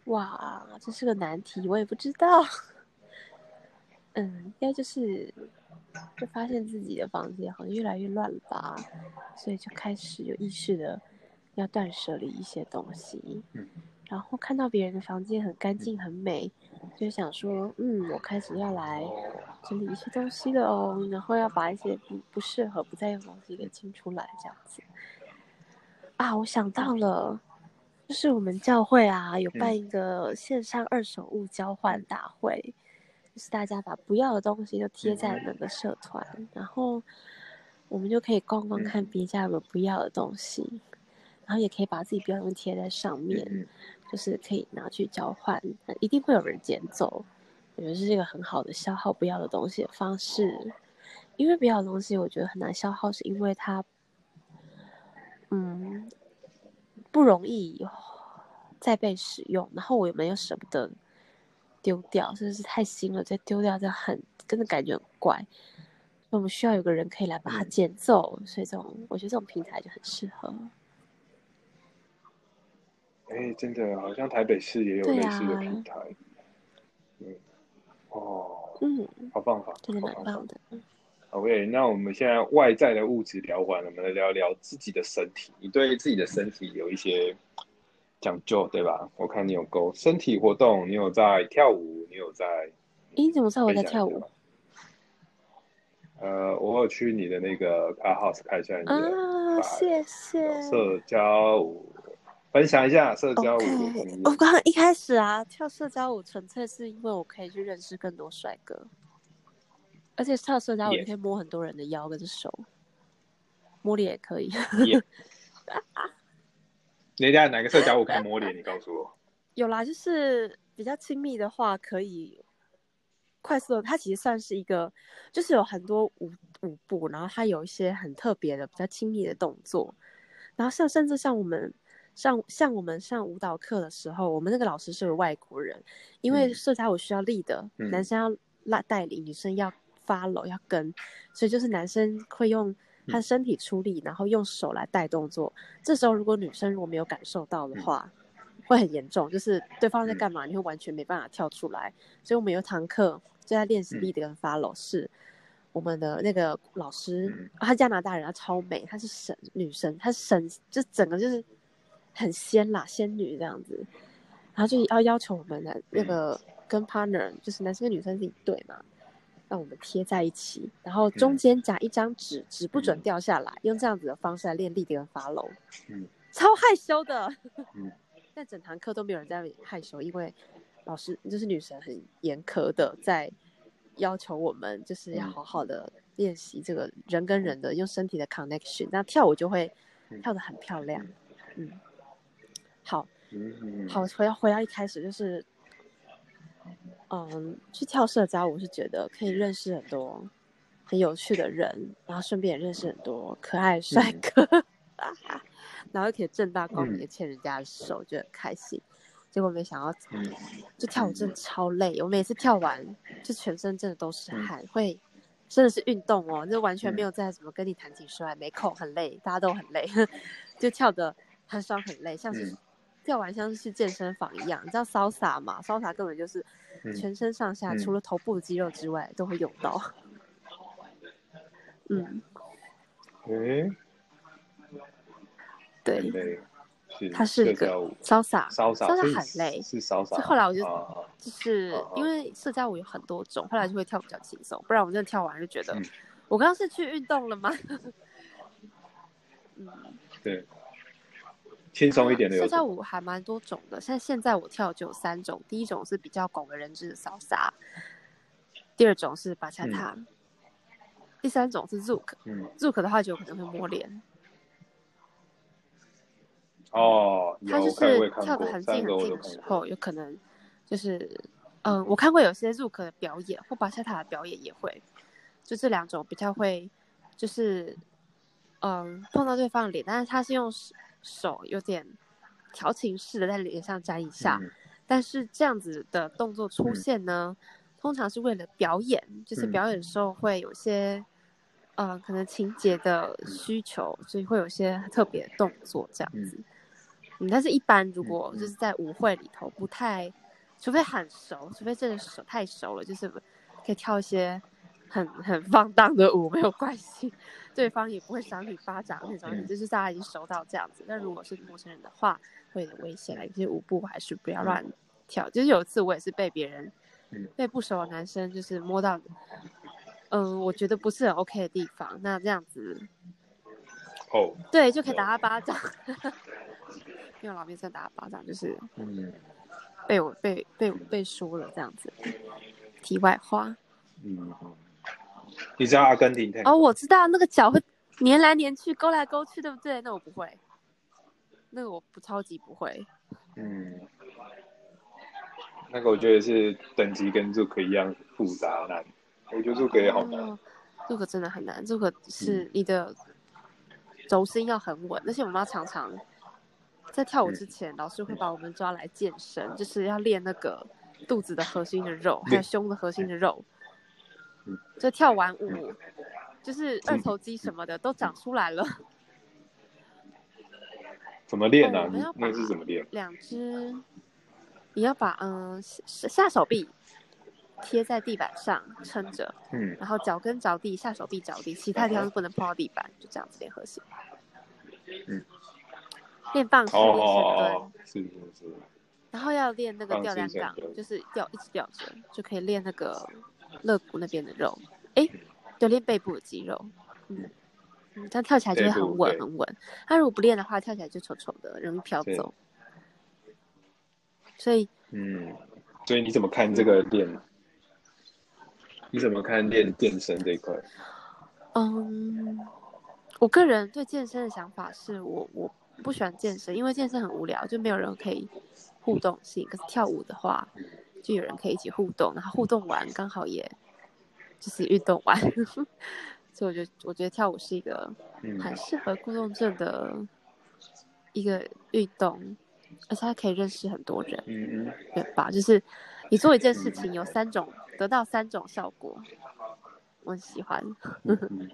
[SPEAKER 1] 哇，这是个难题，我也不知道。嗯，应该就是就发现自己的房间好像越来越乱了吧，所以就开始有意识的要断舍离一些东西。
[SPEAKER 2] 嗯
[SPEAKER 1] 然后看到别人的房间很干净、很美，就想说，嗯，我开始要来整理一些东西了哦，然后要把一些不不适合、不再用的东西给清出来，这样子。啊，我想到了，就是我们教会啊有办一个线上二手物交换大会，就是大家把不要的东西都贴在那个社团，然后我们就可以逛逛
[SPEAKER 2] 嗯
[SPEAKER 1] 看别家有没有不要的东西，然后也可以把自己不要的东西贴在上面。
[SPEAKER 2] 嗯
[SPEAKER 1] 就是可以拿去交换，那一定会有人捡走。我觉得这是一个很好的消耗不要的东西的方式，因为不要的东西我觉得很难消耗，是因为它，嗯，不容易再被使用，然后我又没有舍不得丢掉，甚至是太新了再丢掉，这样很真的感觉很怪。所以我们需要有个人可以来把它
[SPEAKER 2] 嗯
[SPEAKER 1] 捡走，所以这种我觉得这种平台就很适合。
[SPEAKER 2] 哎、真的，好像台北市也有
[SPEAKER 1] 对
[SPEAKER 2] 类
[SPEAKER 1] 啊
[SPEAKER 2] 似的平台。嗯，哦，
[SPEAKER 1] 嗯，
[SPEAKER 2] 好办法，
[SPEAKER 1] 真的
[SPEAKER 2] 好
[SPEAKER 1] 蛮
[SPEAKER 2] 办法。
[SPEAKER 1] 棒的。
[SPEAKER 2] OK，那我们现在外在的物质聊完了，我们来聊聊自己的身体。你对自己的身体有一些讲究，对吧？我看你有勾身体活动，你有在跳舞，你有在
[SPEAKER 1] 咦，你怎么知道哦我在
[SPEAKER 2] 分享一
[SPEAKER 1] 跳
[SPEAKER 2] 下
[SPEAKER 1] 舞
[SPEAKER 2] 吗？呃，我有去你的那个 Car House 看一下你的
[SPEAKER 1] 啊？谢谢。
[SPEAKER 2] 社交舞，分享一下社交舞嗯
[SPEAKER 1] OK，哦
[SPEAKER 2] 的经
[SPEAKER 1] 我
[SPEAKER 2] 验。
[SPEAKER 1] 刚刚一开始啊跳社交舞，纯粹是因为我可以去认识更多帅哥，而且跳社交舞
[SPEAKER 2] Yes
[SPEAKER 1] 你可以摸很多人的腰跟手，摸脸也可以。
[SPEAKER 2] 人家哪个社交舞可以摸脸？你告诉我。
[SPEAKER 1] 有啦，就是比较亲密的话，可以快速的。它其实算是一个，就是有很多舞舞步，然后它有一些很特别的、比较亲密的动作。然后像甚至像我们上像我们上舞蹈课的时候，我们那个老师是个外国人，因为
[SPEAKER 2] 嗯
[SPEAKER 1] 社交舞需要立的，
[SPEAKER 2] 嗯
[SPEAKER 1] 男生要拉带领，女生要 follow 要跟，所以就是男生会用
[SPEAKER 2] 嗯
[SPEAKER 1] 他身体出力，然后用手来带动作。这时候如果女生如果没有感受到的话，
[SPEAKER 2] 嗯
[SPEAKER 1] 会很严重，就是对方在干嘛，你会完全没办法跳出来。所以我们有一堂课就在练习
[SPEAKER 2] 嗯
[SPEAKER 1] lead 跟 follow，是我们的那个老师
[SPEAKER 2] 嗯，
[SPEAKER 1] 她加拿大人，她超美，她是神女神，她是神就整个就是很仙啦，仙女这样子。然后就要要求我们的
[SPEAKER 2] 嗯
[SPEAKER 1] 那个跟 partner，就是男生跟女生是一对嘛，让我们贴在一起，然后中间夹一张纸，纸不准
[SPEAKER 2] 嗯
[SPEAKER 1] 掉下来，用这样子的方式来练立跟 follow，
[SPEAKER 2] 嗯，
[SPEAKER 1] 超害羞的，
[SPEAKER 2] 嗯，
[SPEAKER 1] 但整堂课都没有人在害羞，因为老师就是女神很严苛的在要求我们，就是要
[SPEAKER 2] 嗯
[SPEAKER 1] 好好的练习这个人跟人的用身体的 connection，那跳舞就会
[SPEAKER 2] 嗯
[SPEAKER 1] 跳得很漂亮，嗯，好，
[SPEAKER 2] 嗯，
[SPEAKER 1] 好，回到回到一开始就是，嗯，去跳社交，我是觉得可以认识很多很有趣的人，然后顺便也认识很多可爱的帅哥，然后又可以正大光明的牵人家的手，就很开心。结果没想到，
[SPEAKER 2] 嗯
[SPEAKER 1] 就跳舞真的超累，我每次跳完就全身真的都是
[SPEAKER 2] 嗯
[SPEAKER 1] 汗，会真的是运动 哦，就完全没有在什么跟你谈情说爱，没空，很累，大家都很累，就跳的很爽很累，像是
[SPEAKER 2] 嗯
[SPEAKER 1] 跳完像是去健身房一样。你知道骚洒嘛？骚洒根本就是
[SPEAKER 2] 嗯
[SPEAKER 1] 全身上下、
[SPEAKER 2] 嗯
[SPEAKER 1] 除了头部的肌肉之外都会用到。 嗯，
[SPEAKER 2] 嗯，
[SPEAKER 1] 对，
[SPEAKER 2] 对，是，
[SPEAKER 1] 它是一
[SPEAKER 2] 社交
[SPEAKER 1] 个
[SPEAKER 2] 舞
[SPEAKER 1] 骚洒，
[SPEAKER 2] 骚
[SPEAKER 1] 骚
[SPEAKER 2] 洒，
[SPEAKER 1] 洒
[SPEAKER 2] 所以
[SPEAKER 1] 很
[SPEAKER 2] 是
[SPEAKER 1] 累，
[SPEAKER 2] 是骚
[SPEAKER 1] 所
[SPEAKER 2] 洒。
[SPEAKER 1] 以后来我就
[SPEAKER 2] 啊啊
[SPEAKER 1] 就是
[SPEAKER 2] 哦哦
[SPEAKER 1] 因为社交舞有很多种，后来就会跳比较轻松，不然我真的跳完就觉得、
[SPEAKER 2] 嗯
[SPEAKER 1] 我刚刚是去运动了吗？ 嗯，
[SPEAKER 2] 对，轻松一点的有
[SPEAKER 1] 社
[SPEAKER 2] 什
[SPEAKER 1] 交
[SPEAKER 2] 么
[SPEAKER 1] 舞还蛮多种的，像现在我跳就有三种，第一种是比较广为人知的骚洒，第二种是巴恰塔，第三种是 zouk。
[SPEAKER 2] 嗯，
[SPEAKER 1] zouk 的话就有可能会摸脸，
[SPEAKER 2] 哦，有
[SPEAKER 1] 它就
[SPEAKER 2] 我看我
[SPEAKER 1] 是
[SPEAKER 2] 也看
[SPEAKER 1] 跳
[SPEAKER 2] 过
[SPEAKER 1] 的很
[SPEAKER 2] 三
[SPEAKER 1] 近
[SPEAKER 2] 个
[SPEAKER 1] 很
[SPEAKER 2] 我
[SPEAKER 1] 近
[SPEAKER 2] 都
[SPEAKER 1] 的
[SPEAKER 2] 看
[SPEAKER 1] 时
[SPEAKER 2] 过嗯
[SPEAKER 1] 候，有可能就是，嗯，我看过有些 zouk 的表演或巴恰塔的表演也会，就这两种比较会，就是，嗯，碰到对方的脸，但是他是用手手有点调情式的在脸上沾一下，
[SPEAKER 2] 嗯
[SPEAKER 1] 但是这样子的动作出现呢，通常是为了表演，就是
[SPEAKER 2] 嗯
[SPEAKER 1] 表演的时候会有一些，嗯、可能情节的
[SPEAKER 2] 嗯
[SPEAKER 1] 需求，所以会有一些特别的动作这样子。嗯，但是一般如果
[SPEAKER 2] 嗯
[SPEAKER 1] 就是在舞会里头不太，除非很熟，除非真的熟太熟了，就是可以跳一些很很放荡的舞 没有关系，对方也不会赏你巴掌那种，
[SPEAKER 2] 嗯
[SPEAKER 1] 就是大家已经熟到这样子。但如果是陌生人的话，会有点危险啦。啊有些舞步还是不要乱跳。就是有一次我也是被别人
[SPEAKER 2] 嗯，
[SPEAKER 1] 被不熟的男生就是摸到，嗯，我觉得不是很 OK 的地方，那这样子
[SPEAKER 2] 哦，
[SPEAKER 1] 对就可以打他巴掌， 没有老面生打他巴掌，就是
[SPEAKER 2] 嗯
[SPEAKER 1] 被我被被被输了这样子。题外话，
[SPEAKER 2] 嗯，嗯你知道阿根廷 tango？
[SPEAKER 1] 哦，我知道那个脚会粘来粘去、勾来勾去，对不对？那我不会，那个我不超级不会。
[SPEAKER 2] 嗯，那个我觉得是等级跟 Zook 一样复杂难，我觉得 Zook 也好嗯难。
[SPEAKER 1] 哦，这个真的很难，这个是你的轴心要很稳，而且我妈常常在跳
[SPEAKER 2] 嗯
[SPEAKER 1] 舞之前，老师会把我们抓来健身，就是要练那个肚子的核心的肉，还有
[SPEAKER 2] 练
[SPEAKER 1] 胸的核心的肉
[SPEAKER 2] 嗯。
[SPEAKER 1] 就跳完舞，就是二头肌什么的都长出来了，
[SPEAKER 2] 怎么练啊？
[SPEAKER 1] 哦我们
[SPEAKER 2] 你
[SPEAKER 1] 要把
[SPEAKER 2] 那是怎么练？
[SPEAKER 1] 两只，你要把嗯下下手臂贴在地板上撑着，
[SPEAKER 2] 嗯，
[SPEAKER 1] 然后脚跟着地，下手臂着地，其他地方不能碰到地板，就这样子练核心。
[SPEAKER 2] 嗯，
[SPEAKER 1] 练棒式、
[SPEAKER 2] 哦
[SPEAKER 1] 练
[SPEAKER 2] 哦
[SPEAKER 1] 深
[SPEAKER 2] 哦
[SPEAKER 1] 蹲，，
[SPEAKER 2] 是是是，
[SPEAKER 1] 然后要练那个
[SPEAKER 2] 棒式
[SPEAKER 1] 吊单
[SPEAKER 2] 深
[SPEAKER 1] 杠，
[SPEAKER 2] 蹲
[SPEAKER 1] 就是吊一直吊着，就可以练那个肋骨那边的肉，诶，就练背部的肌肉。嗯，嗯这样跳起来就会
[SPEAKER 2] 背部
[SPEAKER 1] 很稳
[SPEAKER 2] 对
[SPEAKER 1] 很稳。他如果不练的话，跳起来就丑丑的，容易飘
[SPEAKER 2] 对
[SPEAKER 1] 走。所以
[SPEAKER 2] 嗯，所以你怎么看这个练？你怎么看练健身这一块？
[SPEAKER 1] 嗯，我个人对健身的想法是我我不喜欢健身，因为健身很无聊，就没有人可以互动性。可是跳舞的话，就有人可以一起互动，然后互动完刚好也就是运动完， 所以我觉得我觉得跳舞是一个
[SPEAKER 2] 嗯
[SPEAKER 1] 很适合过动症的一个运动，而且它可以认识很多人，
[SPEAKER 2] 嗯嗯，
[SPEAKER 1] 对吧？就是你做一件事情有三种得到三种效果，我很喜欢。
[SPEAKER 2] 嗯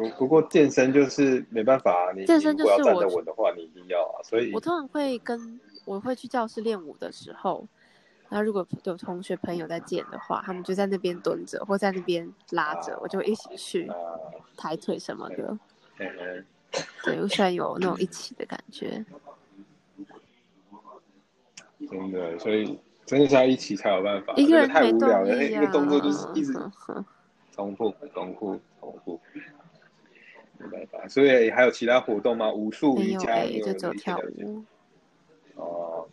[SPEAKER 2] 不不过健身就是没办法啊，你
[SPEAKER 1] 健身
[SPEAKER 2] 你如果
[SPEAKER 1] 就是
[SPEAKER 2] 要站
[SPEAKER 1] 我
[SPEAKER 2] 得稳的话，你一定要啊。所以
[SPEAKER 1] 我通常会跟我会去教室练舞的时候，然后如果有同学朋友在健的话，他们就在那边蹲着或在那边拉着，我就会一起去
[SPEAKER 2] 啊，
[SPEAKER 1] 抬腿什么的。
[SPEAKER 2] 嗯嗯
[SPEAKER 1] 对，我喜欢有那种一起的感觉。
[SPEAKER 2] 真的，所以真的是要一起才有办法，
[SPEAKER 1] 一个
[SPEAKER 2] 这
[SPEAKER 1] 人
[SPEAKER 2] 太
[SPEAKER 1] 没
[SPEAKER 2] 无
[SPEAKER 1] 动
[SPEAKER 2] 聊
[SPEAKER 1] 力
[SPEAKER 2] 了，啊
[SPEAKER 1] 啊
[SPEAKER 2] 那
[SPEAKER 1] 呀、
[SPEAKER 2] 那动作就是一直
[SPEAKER 1] 哼哼
[SPEAKER 2] 重复、重复、重复，没办法。所以还有其他活动吗？武术、
[SPEAKER 1] 没
[SPEAKER 2] 瑜
[SPEAKER 1] 有
[SPEAKER 2] 伽，
[SPEAKER 1] 哎、
[SPEAKER 2] 你有
[SPEAKER 1] 就只有
[SPEAKER 2] 一些
[SPEAKER 1] 跳
[SPEAKER 2] 了解？
[SPEAKER 1] 舞。
[SPEAKER 2] 哦，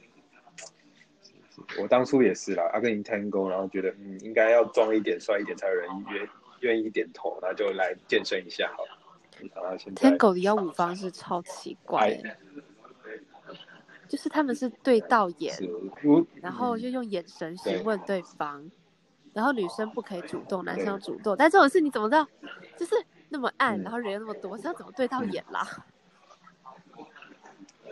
[SPEAKER 2] 我当初也是啦，阿根廷 Tango，然后觉得嗯，应该要壮一点、帅一点，才有人愿愿意点头，那就来健身一下好了。然后现在
[SPEAKER 1] Tango 的腰舞方式超奇怪、
[SPEAKER 2] 哎
[SPEAKER 1] 就是他们是对到眼，
[SPEAKER 2] 是，如
[SPEAKER 1] 然后
[SPEAKER 2] 嗯
[SPEAKER 1] 就用眼神
[SPEAKER 2] 对
[SPEAKER 1] 询问对方，然后女生不可以主动，男生要主动。但这种事你怎么知道？就是那么暗，
[SPEAKER 2] 嗯
[SPEAKER 1] 然后人又那么多，这样怎么对到眼啦？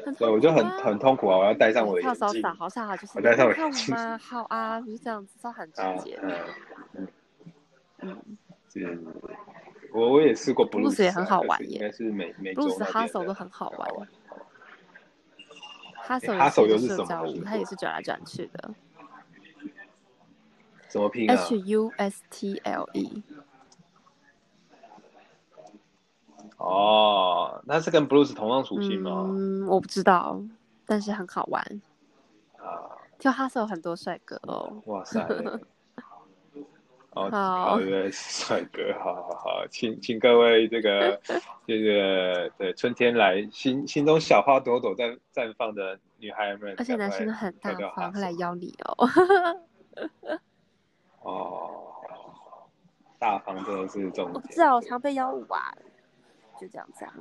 [SPEAKER 1] 很
[SPEAKER 2] 对我就很
[SPEAKER 1] 痛苦啊
[SPEAKER 2] 很痛苦啊，我要戴上我的
[SPEAKER 1] 跳
[SPEAKER 2] 眼
[SPEAKER 1] 骚
[SPEAKER 2] 镜
[SPEAKER 1] 洒，
[SPEAKER 2] 啊
[SPEAKER 1] 好傻，就是
[SPEAKER 2] 我戴上我
[SPEAKER 1] 你跳
[SPEAKER 2] 眼
[SPEAKER 1] 舞
[SPEAKER 2] 镜
[SPEAKER 1] 吗？好啊，就是这样子，都很直
[SPEAKER 2] 啊，
[SPEAKER 1] 接。
[SPEAKER 2] 嗯，
[SPEAKER 1] 嗯，
[SPEAKER 2] 是，我我也试过
[SPEAKER 1] Blues
[SPEAKER 2] blues，
[SPEAKER 1] 也很好玩耶
[SPEAKER 2] 应该是美美洲
[SPEAKER 1] Blues
[SPEAKER 2] 那边
[SPEAKER 1] Hustle
[SPEAKER 2] 的
[SPEAKER 1] 都很好玩
[SPEAKER 2] 好玩。哎
[SPEAKER 1] 哈手
[SPEAKER 2] 哈手
[SPEAKER 1] 也
[SPEAKER 2] 又是
[SPEAKER 1] 社
[SPEAKER 2] 什么
[SPEAKER 1] 交舞，
[SPEAKER 2] 舞
[SPEAKER 1] 它也是转来转去的。
[SPEAKER 2] 怎么拼啊
[SPEAKER 1] H U S T L E，
[SPEAKER 2] 哦，那是跟 blues 同样属性吗？
[SPEAKER 1] 嗯，我不知道，但是很好玩。
[SPEAKER 2] 啊，
[SPEAKER 1] 就哈手很多帅哥哦，
[SPEAKER 2] 哇塞！哦，
[SPEAKER 1] 好
[SPEAKER 2] 好的，帅哥，好好好，请请各位这个这个对春天来心心中小花朵朵在绽放的女孩们，
[SPEAKER 1] 而且男生
[SPEAKER 2] 赶
[SPEAKER 1] 都
[SPEAKER 2] 快
[SPEAKER 1] 很大
[SPEAKER 2] 跳跳哈
[SPEAKER 1] 方，
[SPEAKER 2] 手
[SPEAKER 1] 会来邀你哦。
[SPEAKER 2] 哦，大方真的是重 点。
[SPEAKER 1] 我不知道，我常被邀舞啊，就这样子啊。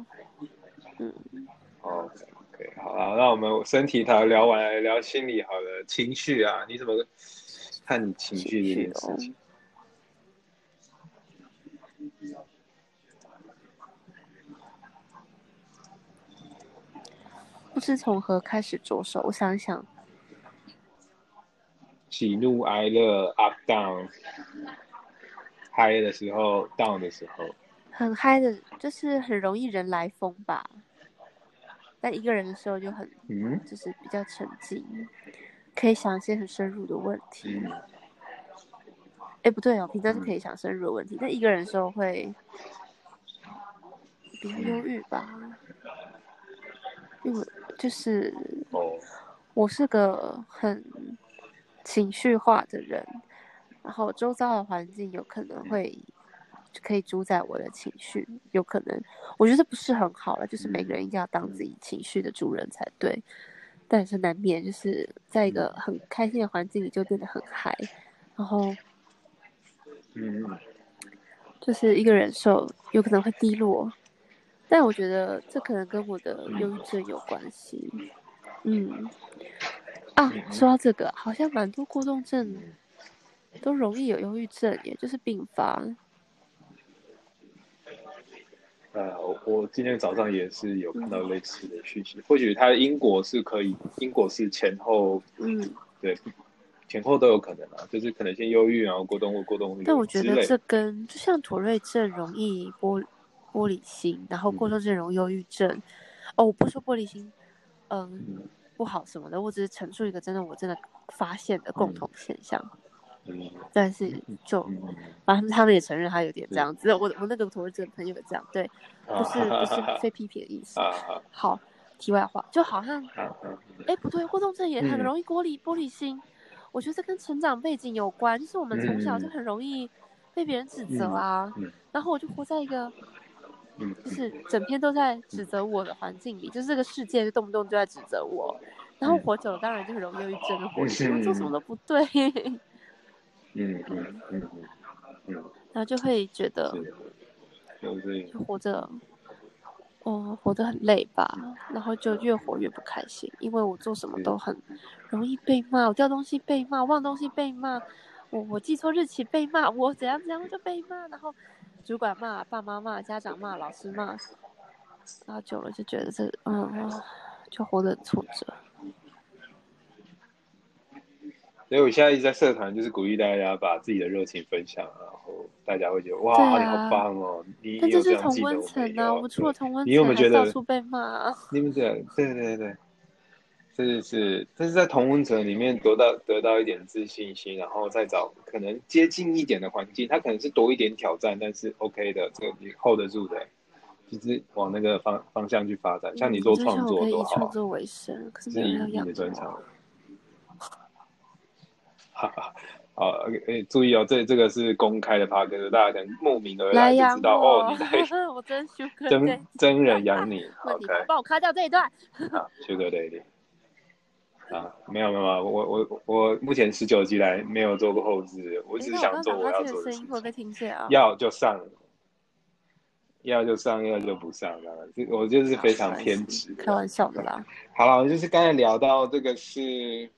[SPEAKER 2] 哦，OK，好了，那我们身体聊聊完，来聊心理好了，情绪啊，你怎么看你情绪这件事
[SPEAKER 1] 情绪
[SPEAKER 2] 情？
[SPEAKER 1] 不知从何开始着手，我想一想，
[SPEAKER 2] 喜怒哀乐，up down，嗨的时候，down 的时候，
[SPEAKER 1] 很嗨的，就是很容易人来疯吧。但一个人的时候就很，
[SPEAKER 2] 嗯
[SPEAKER 1] 就是比较沉静，可以想一些很深入的问题。
[SPEAKER 2] 嗯，
[SPEAKER 1] 哎，不对哦，平常是可以想深入的问题，但一个人的时候会比较忧郁吧，因为就是
[SPEAKER 2] 哦，
[SPEAKER 1] 我是个很情绪化的人，然后周遭的环境有可能会可以主宰我的情绪，有可能我觉得这不是很好了，就是每个人一定要当自己情绪的主人才对，但是难免就是在一个很开心的环境里就变得很嗨，然后
[SPEAKER 2] 嗯嗯
[SPEAKER 1] 就是一个人受有可能会低落，但我觉得这可能跟我的忧郁症有关系。嗯，啊，说到这个，好像蛮多过动症都容易有忧郁症耶，也就是并发。
[SPEAKER 2] 呃，我我今天早上也是有看到类似的讯息，或许它的因果是可以，因果是前后
[SPEAKER 1] 嗯，
[SPEAKER 2] 对前后都有可能啊，就是可能先忧郁，然后过动或过动忧郁
[SPEAKER 1] 但我觉
[SPEAKER 2] 之类
[SPEAKER 1] 得
[SPEAKER 2] 的
[SPEAKER 1] 这跟就像妥瑞症容易玻玻璃心，然后过动症容易忧郁症。哦，我不是说玻璃心，嗯，
[SPEAKER 2] 嗯
[SPEAKER 1] 不好什么的，我只是陈述一个真的我真的发现的共
[SPEAKER 2] 嗯
[SPEAKER 1] 同现象，
[SPEAKER 2] 嗯
[SPEAKER 1] 但是就。
[SPEAKER 2] 嗯嗯，
[SPEAKER 1] 反正他们也承认他有点这
[SPEAKER 2] 对
[SPEAKER 1] 样子。我我那个同事朋友也这样，对，不是不是 非批评的意思
[SPEAKER 2] 啊。啊
[SPEAKER 1] 好，题外话，就好像
[SPEAKER 2] 啊啊！
[SPEAKER 1] 哎不对，过动症也很
[SPEAKER 2] 嗯
[SPEAKER 1] 容易玻璃玻璃心，我觉得这跟成长背景有关，就是我们从小就
[SPEAKER 2] 嗯
[SPEAKER 1] 很容易被别人指责啊
[SPEAKER 2] 嗯嗯，
[SPEAKER 1] 然后我就活在一个
[SPEAKER 2] 嗯
[SPEAKER 1] 就是整天都在指责我的环境里，就是这个世界就动不动就在指责我，然后活久了当然就很容易忧郁症的活着，
[SPEAKER 2] 嗯
[SPEAKER 1] 我做什么都不对，
[SPEAKER 2] 嗯嗯嗯嗯嗯，
[SPEAKER 1] 然后就会觉得
[SPEAKER 2] 是，就是
[SPEAKER 1] 就活着，嗯，活得很累吧，然后就越活越不开心，因为我做什么
[SPEAKER 2] 对
[SPEAKER 1] 都很容易被骂，我掉东西被骂，忘东西被骂，我我记错日期被骂，我怎样怎样就被骂，然后主管骂，爸妈骂，家长骂，老师骂，然后久了就觉得这嗯，就活得很挫折。
[SPEAKER 2] 所以我现在一直在社团，就是鼓励大家把自己的热情分享，然后大家会觉得哇，
[SPEAKER 1] 对啊
[SPEAKER 2] 你好棒哦，你
[SPEAKER 1] 但
[SPEAKER 2] 你
[SPEAKER 1] 这
[SPEAKER 2] 有这
[SPEAKER 1] 是
[SPEAKER 2] 样
[SPEAKER 1] 同
[SPEAKER 2] 技能，
[SPEAKER 1] 温
[SPEAKER 2] 我
[SPEAKER 1] 层
[SPEAKER 2] 没
[SPEAKER 1] 啊，
[SPEAKER 2] 有。
[SPEAKER 1] 我们除了同温
[SPEAKER 2] 你有
[SPEAKER 1] 层，
[SPEAKER 2] 没
[SPEAKER 1] 还
[SPEAKER 2] 有觉
[SPEAKER 1] 到
[SPEAKER 2] 得
[SPEAKER 1] 处被骂啊。
[SPEAKER 2] 你们觉得对对对，这就是这是在同温层里面得到得到一点自信心，然后再找可能接近一点的环境，它可能是多一点挑战，但是 OK 的，这个你 hold 得住的，就是往那个方方向去发展。像
[SPEAKER 1] 嗯
[SPEAKER 2] 你做
[SPEAKER 1] 我就
[SPEAKER 2] 创
[SPEAKER 1] 想我
[SPEAKER 2] 作
[SPEAKER 1] 可以
[SPEAKER 2] 多
[SPEAKER 1] 以
[SPEAKER 2] 好
[SPEAKER 1] 创
[SPEAKER 2] 啊，
[SPEAKER 1] 作为生，可是
[SPEAKER 2] 是
[SPEAKER 1] 没有
[SPEAKER 2] 你
[SPEAKER 1] 人要
[SPEAKER 2] 你
[SPEAKER 1] 养
[SPEAKER 2] 的专
[SPEAKER 1] 我
[SPEAKER 2] 长。哈哈， 好，诶，注意哦，这这个是公开的 p a r k 大家可能慕名而
[SPEAKER 1] 来
[SPEAKER 2] 来就
[SPEAKER 1] 养
[SPEAKER 2] 知道
[SPEAKER 1] 我，
[SPEAKER 2] 哦，你来
[SPEAKER 1] 我真 sugar
[SPEAKER 2] 真
[SPEAKER 1] daddy
[SPEAKER 2] 真人 养你
[SPEAKER 1] 问题
[SPEAKER 2] ，OK，
[SPEAKER 1] 帮我卡掉这一段。
[SPEAKER 2] 啊，Sugar Daddy，啊，没有没有，没有我我我目前十九集来没有做过后置，我
[SPEAKER 1] 诶
[SPEAKER 2] 只是
[SPEAKER 1] 那
[SPEAKER 2] 想
[SPEAKER 1] 我
[SPEAKER 2] 做
[SPEAKER 1] 刚
[SPEAKER 2] 我
[SPEAKER 1] 刚
[SPEAKER 2] 要
[SPEAKER 1] 讲到这
[SPEAKER 2] 做
[SPEAKER 1] 个声
[SPEAKER 2] 的事
[SPEAKER 1] 音会
[SPEAKER 2] 情，
[SPEAKER 1] 被听见啊？
[SPEAKER 2] 要就上，要就上，要就不上，啊，这我就是非常偏执。
[SPEAKER 1] 开玩笑的啦。
[SPEAKER 2] 好了，我就是刚才聊到这个是，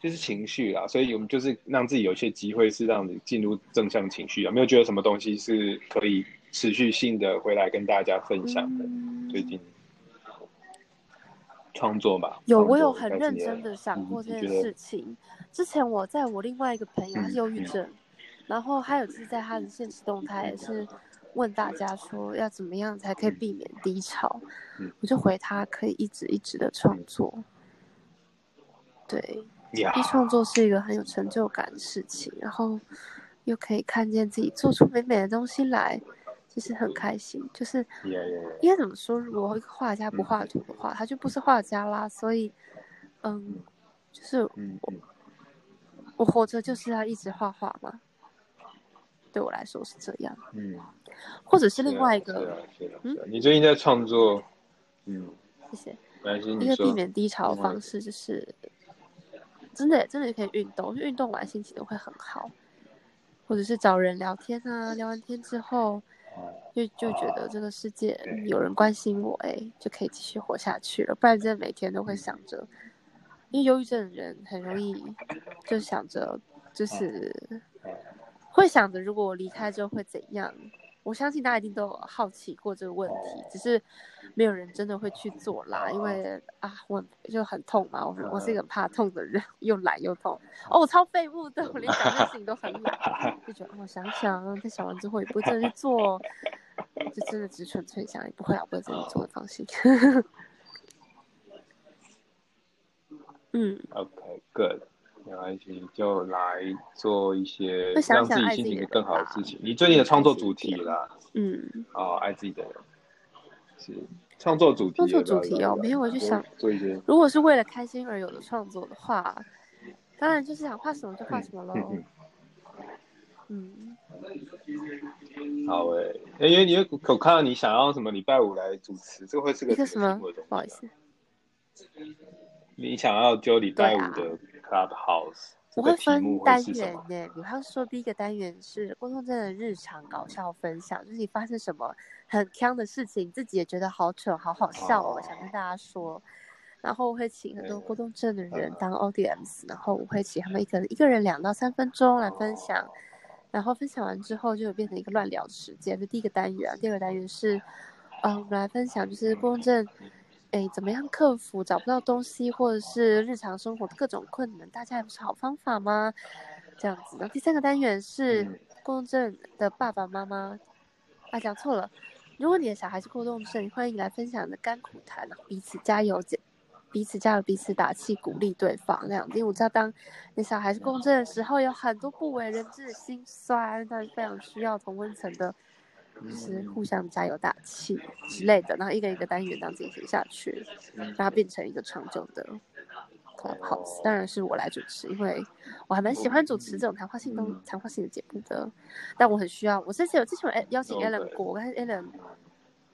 [SPEAKER 2] 就是情绪啦，所以我们就是让自己有一些机会是让你进入正向情绪，有啊没有觉得什么东西是可以持续性的回来跟大家分享的？
[SPEAKER 1] 嗯
[SPEAKER 2] 最近创作吧，
[SPEAKER 1] 嗯有，
[SPEAKER 2] 创作
[SPEAKER 1] 我有很
[SPEAKER 2] 应该是
[SPEAKER 1] 认
[SPEAKER 2] 你
[SPEAKER 1] 真的想过这
[SPEAKER 2] 嗯你
[SPEAKER 1] 件事情。之前我
[SPEAKER 2] 嗯
[SPEAKER 1] 在我另外一个朋友，他是忧郁症，然后还有就是在他的现实动态也是，问大家说要怎么样才可以避免低潮，
[SPEAKER 2] 嗯
[SPEAKER 1] 我就回他可以一直一直的创作。对，
[SPEAKER 2] 呀
[SPEAKER 1] 因为创作是一个很有成就感的事情，然后又可以看见自己做出美美的东西来，其实很开心。就是
[SPEAKER 2] 呀呀呀！
[SPEAKER 1] 应该怎么说？如果一个画
[SPEAKER 2] 嗯
[SPEAKER 1] 家不画图的话，他就不是画家啦。所以，嗯，就是
[SPEAKER 2] 嗯嗯
[SPEAKER 1] 我活着就是要一直画画嘛。对我来说是这样，
[SPEAKER 2] 嗯，
[SPEAKER 1] 或者是
[SPEAKER 2] 对啊
[SPEAKER 1] 另外一
[SPEAKER 2] 是啊
[SPEAKER 1] 个，
[SPEAKER 2] 是啊
[SPEAKER 1] 嗯
[SPEAKER 2] 是啊你最近在创作，嗯，
[SPEAKER 1] 谢谢。
[SPEAKER 2] 没关系，
[SPEAKER 1] 一
[SPEAKER 2] 你
[SPEAKER 1] 个
[SPEAKER 2] 说
[SPEAKER 1] 避免低潮的
[SPEAKER 2] 另外一
[SPEAKER 1] 方式就是，真的真的可以运动，运动完心情都会很好，或者是找人聊天啊，聊完天之后
[SPEAKER 2] 哦
[SPEAKER 1] 就就觉得这个世界嗯有人关心我，哎，就可以继续活下去了。不然真的每天都会想着，因为忧郁症的人很容易就想着，就是会想着如果我离开之后会怎样。我相信大家一定都有好奇过这个问题，只是没有人真的会去做啦，因为啊，我就很痛嘛，我我是一个很怕痛的人， 又懒又痛。哦，我超废物的，我连想这件事情都很 懒，就觉得我哦想想，再想完之后也不会真的去做，就真的只纯粹想，也不会啊，不会真的做，放心。 嗯，
[SPEAKER 2] OK，good，没关系，就来做一些
[SPEAKER 1] 就想
[SPEAKER 2] 让
[SPEAKER 1] 想
[SPEAKER 2] 自己
[SPEAKER 1] 爱
[SPEAKER 2] 心
[SPEAKER 1] 自己
[SPEAKER 2] 情
[SPEAKER 1] 的
[SPEAKER 2] 更
[SPEAKER 1] 人
[SPEAKER 2] 好的
[SPEAKER 1] 吧
[SPEAKER 2] 事情。你最近的创作主题啦，
[SPEAKER 1] 嗯，
[SPEAKER 2] 哦，爱自己的人，是创作主题，
[SPEAKER 1] 创作
[SPEAKER 2] 要不要
[SPEAKER 1] 主题
[SPEAKER 2] 聊
[SPEAKER 1] 哦
[SPEAKER 2] 一
[SPEAKER 1] 没
[SPEAKER 2] 聊
[SPEAKER 1] 有我就
[SPEAKER 2] 做
[SPEAKER 1] 想
[SPEAKER 2] 做一些，
[SPEAKER 1] 如果是为了开心而有的创作的话，当然就是想画什么就画什么喽。
[SPEAKER 2] 嗯
[SPEAKER 1] 嗯，
[SPEAKER 2] 嗯，好诶，因为因为我看到你想要什么礼拜五来主持，这会是
[SPEAKER 1] 一
[SPEAKER 2] 个
[SPEAKER 1] 个
[SPEAKER 2] 什
[SPEAKER 1] 什
[SPEAKER 2] 么
[SPEAKER 1] 么
[SPEAKER 2] 新的东？
[SPEAKER 1] 不好意
[SPEAKER 2] 西啊？
[SPEAKER 1] 思，
[SPEAKER 2] 你想要就礼拜五
[SPEAKER 1] 对啊
[SPEAKER 2] 的 Clubhouse，这
[SPEAKER 1] 我
[SPEAKER 2] 个
[SPEAKER 1] 会
[SPEAKER 2] 题
[SPEAKER 1] 分
[SPEAKER 2] 目会
[SPEAKER 1] 单
[SPEAKER 2] 是什
[SPEAKER 1] 元
[SPEAKER 2] 么？
[SPEAKER 1] 呢，比方说第一个单元是郭通真的日常搞
[SPEAKER 2] 嗯
[SPEAKER 1] 笑分享，就是你发生什么很坑的事情，自己也觉得好蠢、好好笑哦，
[SPEAKER 2] 哦
[SPEAKER 1] 想跟大家说。然后我会请很多
[SPEAKER 2] 嗯
[SPEAKER 1] 郭动症的人
[SPEAKER 2] 嗯
[SPEAKER 1] 当 audience，然后我会请他们一个一个人两到三分钟来分享，
[SPEAKER 2] 哦
[SPEAKER 1] 然后分享完之后就有变成一个乱聊的时间，这第一个单元啊。第二个单元是，呃，我们来分享就是过动症，哎，怎么样克服找不到东西，或者是日常生活的各种困难，大家有什么好方法吗？这样子。然后第三个单元是
[SPEAKER 2] 嗯
[SPEAKER 1] 过动症的爸爸妈妈，啊，讲错了。如果你的小孩是过动症，欢迎来分享你的甘苦谈，然后彼此加油，解彼此加油，彼此打气，鼓励对方这样子。因为我知道，当你小孩是过动症的时候，有很多不为人知的心酸，但是非常需要同温层的，就是互相加油打气之类的，然后一个一个单元这样进行下去，让它变成一个长久的 clubhouse。当然是我来主持，因为我还蛮喜欢主持这种谈话性东
[SPEAKER 2] 嗯
[SPEAKER 1] 谈话性的节目的，但我很需要。我之前有之前有邀请
[SPEAKER 2] OK
[SPEAKER 1] Alan 过，我跟 Alan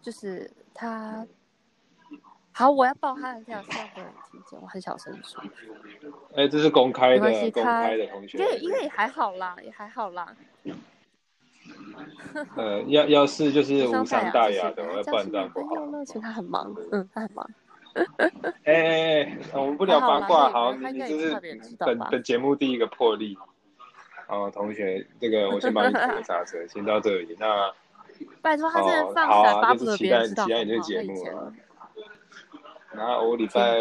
[SPEAKER 1] 就是他。好，我要爆他的料，希望不有人听见。我很小声说，
[SPEAKER 2] 哎，这是公开
[SPEAKER 1] 没关系
[SPEAKER 2] 的，公
[SPEAKER 1] 他
[SPEAKER 2] 开的同学
[SPEAKER 1] 应该，也应该也还好啦，也还好啦。
[SPEAKER 2] 呃，要要是就是无
[SPEAKER 1] 伤
[SPEAKER 2] 伤大
[SPEAKER 1] 大
[SPEAKER 2] 雅
[SPEAKER 1] 雅
[SPEAKER 2] 的，
[SPEAKER 1] 就是哎交
[SPEAKER 2] 我要不
[SPEAKER 1] 新
[SPEAKER 2] 然这样
[SPEAKER 1] 男
[SPEAKER 2] 不
[SPEAKER 1] 朋
[SPEAKER 2] 好
[SPEAKER 1] 友。了，所以他很忙，嗯，他很忙。
[SPEAKER 2] 哎哎哎，我们不聊八卦，好，你你这是本本节目第一个破例。哦，同学，这个我先帮你踩个刹车，先到这里。那
[SPEAKER 1] 拜托，他真的
[SPEAKER 2] 哦
[SPEAKER 1] 放
[SPEAKER 2] 好
[SPEAKER 1] 闪，
[SPEAKER 2] 啊
[SPEAKER 1] 巴不
[SPEAKER 2] 就是
[SPEAKER 1] 得
[SPEAKER 2] 期
[SPEAKER 1] 别人
[SPEAKER 2] 待
[SPEAKER 1] 知道
[SPEAKER 2] 期待
[SPEAKER 1] 好不
[SPEAKER 2] 你这个
[SPEAKER 1] 好
[SPEAKER 2] 节
[SPEAKER 1] 他以
[SPEAKER 2] 目
[SPEAKER 1] 前
[SPEAKER 2] 啊然后我礼拜，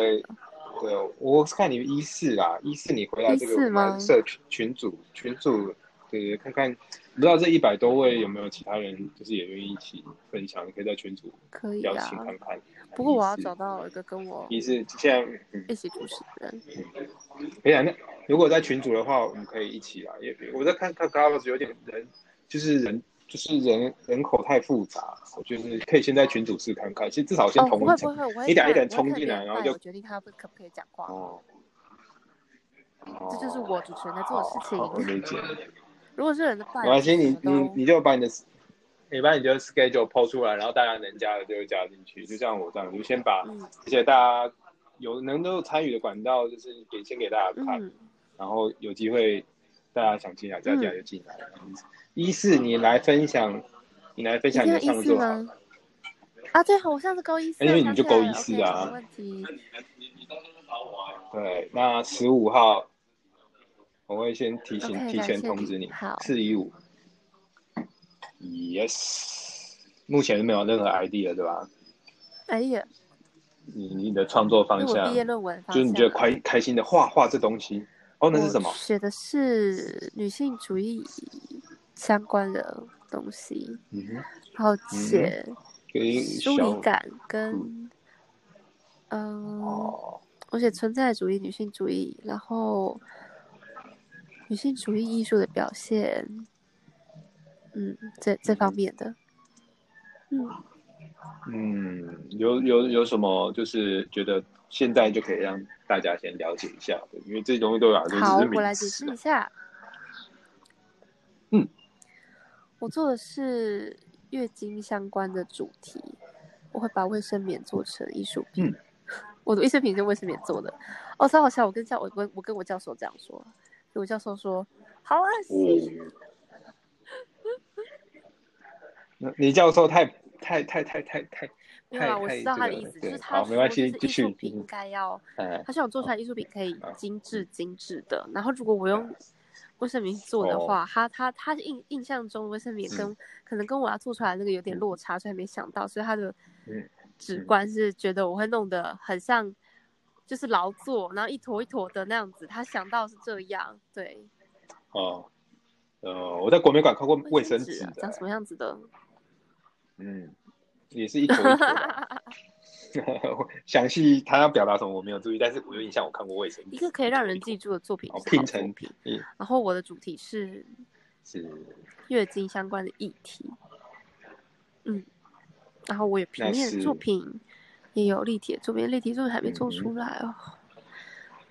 [SPEAKER 2] 对我是看你一四啦，一四你回来这个
[SPEAKER 1] 14
[SPEAKER 2] 我
[SPEAKER 1] 吗
[SPEAKER 2] 们社群群主群主，对，看看不知道这一百多位有没有其他人就是也愿意一起分享，你可以在群主
[SPEAKER 1] 可以
[SPEAKER 2] 邀
[SPEAKER 1] 啊
[SPEAKER 2] 请。看看。
[SPEAKER 1] 不过我要
[SPEAKER 2] 14
[SPEAKER 1] 找到一个跟我
[SPEAKER 2] 一四现在嗯
[SPEAKER 1] 一起主持的人，
[SPEAKER 2] 可以啊，那如果在群组的话，我们可以一起来。也我在看看 Clubhouse 有点人，就是人就是人人口太复杂，我觉得可以先在群组试看看，先至少先
[SPEAKER 1] 哦，
[SPEAKER 2] 同
[SPEAKER 1] 不
[SPEAKER 2] 温
[SPEAKER 1] 会不
[SPEAKER 2] 层。
[SPEAKER 1] 会，我会
[SPEAKER 2] 一点一点
[SPEAKER 1] 看我会
[SPEAKER 2] 冲
[SPEAKER 1] 看
[SPEAKER 2] 进来
[SPEAKER 1] 脸
[SPEAKER 2] 然后
[SPEAKER 1] 拜
[SPEAKER 2] 就
[SPEAKER 1] 我决定他不可不可以讲话，
[SPEAKER 2] 哦，
[SPEAKER 1] 这
[SPEAKER 2] 这
[SPEAKER 1] 就是我主持人在做的事
[SPEAKER 2] 哦我
[SPEAKER 1] 情。
[SPEAKER 2] 理解。
[SPEAKER 1] 如果是人的拜，
[SPEAKER 2] 没关系，你
[SPEAKER 1] 我
[SPEAKER 2] 你
[SPEAKER 1] 都
[SPEAKER 2] 你就把你的，你把你的 schedule 抛出来，然后大家能加的就加进去，就像我这样，就先把
[SPEAKER 1] 嗯
[SPEAKER 2] 这些大家有能够参与的管道，就是给先给大家看，
[SPEAKER 1] 嗯，
[SPEAKER 2] 然后有机会大家想进来加
[SPEAKER 1] 嗯
[SPEAKER 2] 进来就进来。一四你来分享，你来分
[SPEAKER 1] 一
[SPEAKER 2] 享
[SPEAKER 1] 定
[SPEAKER 2] 你
[SPEAKER 1] 要
[SPEAKER 2] 的
[SPEAKER 1] 一
[SPEAKER 2] 创
[SPEAKER 1] 四
[SPEAKER 2] 作好了
[SPEAKER 1] 吗？啊，对，我上次勾一四，
[SPEAKER 2] 哎因
[SPEAKER 1] 我
[SPEAKER 2] 为你
[SPEAKER 1] 想
[SPEAKER 2] 就
[SPEAKER 1] 起来
[SPEAKER 2] 勾
[SPEAKER 1] 了
[SPEAKER 2] 一四啊
[SPEAKER 1] ，OK，没问题。
[SPEAKER 2] 对，那十五号我会先提醒
[SPEAKER 1] OK，
[SPEAKER 2] 提
[SPEAKER 1] 感
[SPEAKER 2] 前
[SPEAKER 1] 谢
[SPEAKER 2] 通
[SPEAKER 1] 你
[SPEAKER 2] 知你
[SPEAKER 1] 好，
[SPEAKER 2] 四一五，yes，目前没有任何 idea 对吧？
[SPEAKER 1] 哎呀，
[SPEAKER 2] 你你的创作方
[SPEAKER 1] 那我
[SPEAKER 2] 向
[SPEAKER 1] 毕，业论文方
[SPEAKER 2] 就是你觉得
[SPEAKER 1] 向啊
[SPEAKER 2] 开开心的画画这东西，哦，那是什么
[SPEAKER 1] 我？写的是女性主义相关的东西，
[SPEAKER 2] 嗯哼，
[SPEAKER 1] 还有且
[SPEAKER 2] 跟
[SPEAKER 1] 疏
[SPEAKER 2] 小
[SPEAKER 1] 离感跟，嗯，
[SPEAKER 2] 哦，
[SPEAKER 1] 我写存在主义、女性主义，然后女性主义艺术的表现，嗯，这这方面的，嗯，
[SPEAKER 2] 嗯，有有有什么就是觉得现在就可以让大家先了解一下的，因为这东西对我来说
[SPEAKER 1] 好，
[SPEAKER 2] 只是
[SPEAKER 1] 我来
[SPEAKER 2] 名
[SPEAKER 1] 解释
[SPEAKER 2] 词
[SPEAKER 1] 一
[SPEAKER 2] 嘛。
[SPEAKER 1] 下。
[SPEAKER 2] 嗯，
[SPEAKER 1] 我做的是月经相关的主题，我会把卫生棉做成艺术品。
[SPEAKER 2] 嗯
[SPEAKER 1] 我的卫生棉是卫生棉做的，哦，超好笑！我跟教我跟我跟我教授这样说，我教授说好啊恶
[SPEAKER 2] 哦
[SPEAKER 1] 心，，
[SPEAKER 2] 那李教授太太太太太太，
[SPEAKER 1] 没有啊，
[SPEAKER 2] 太
[SPEAKER 1] 我
[SPEAKER 2] 太
[SPEAKER 1] 知道
[SPEAKER 2] 这
[SPEAKER 1] 他的
[SPEAKER 2] 个
[SPEAKER 1] 意思，就
[SPEAKER 2] 对
[SPEAKER 1] 是他
[SPEAKER 2] 好没关系
[SPEAKER 1] 说就
[SPEAKER 2] 继
[SPEAKER 1] 是
[SPEAKER 2] 续
[SPEAKER 1] 艺术品
[SPEAKER 2] 嗯
[SPEAKER 1] 应该要
[SPEAKER 2] 哎，
[SPEAKER 1] 他希望做出来艺术品可以
[SPEAKER 2] 啊
[SPEAKER 1] 精致精致的。然后如果我用卫生棉做
[SPEAKER 2] 哦
[SPEAKER 1] 的话，他他他印印象中卫生棉跟、
[SPEAKER 2] 嗯
[SPEAKER 1] 可能跟我要做出来那个有点落差，所以没想到，所以他的
[SPEAKER 2] 嗯
[SPEAKER 1] 直观是觉得我会弄得很像就是劳作，然后一坨一坨的那样子。他想到是这样，对，
[SPEAKER 2] 哦，呃，我在国美馆看过卫生
[SPEAKER 1] 纸
[SPEAKER 2] 纸
[SPEAKER 1] 啊
[SPEAKER 2] 的
[SPEAKER 1] 长，什么样子的？
[SPEAKER 2] 嗯，也是一坨一坨的。 详细他要表达什么我没有注意，但是我有印象我看过卫生
[SPEAKER 1] 一
[SPEAKER 2] 纸。
[SPEAKER 1] 个可以让人记住的作品
[SPEAKER 2] 好
[SPEAKER 1] 是好
[SPEAKER 2] 拼
[SPEAKER 1] 作
[SPEAKER 2] 哦成嗯
[SPEAKER 1] 品。
[SPEAKER 2] 一
[SPEAKER 1] 然后我的主题是
[SPEAKER 2] 是
[SPEAKER 1] 月经相关的议题。嗯，然后我有平
[SPEAKER 2] 那
[SPEAKER 1] 面的
[SPEAKER 2] 是
[SPEAKER 1] 作品，也有立体的作品，立体作品还没做出来哦，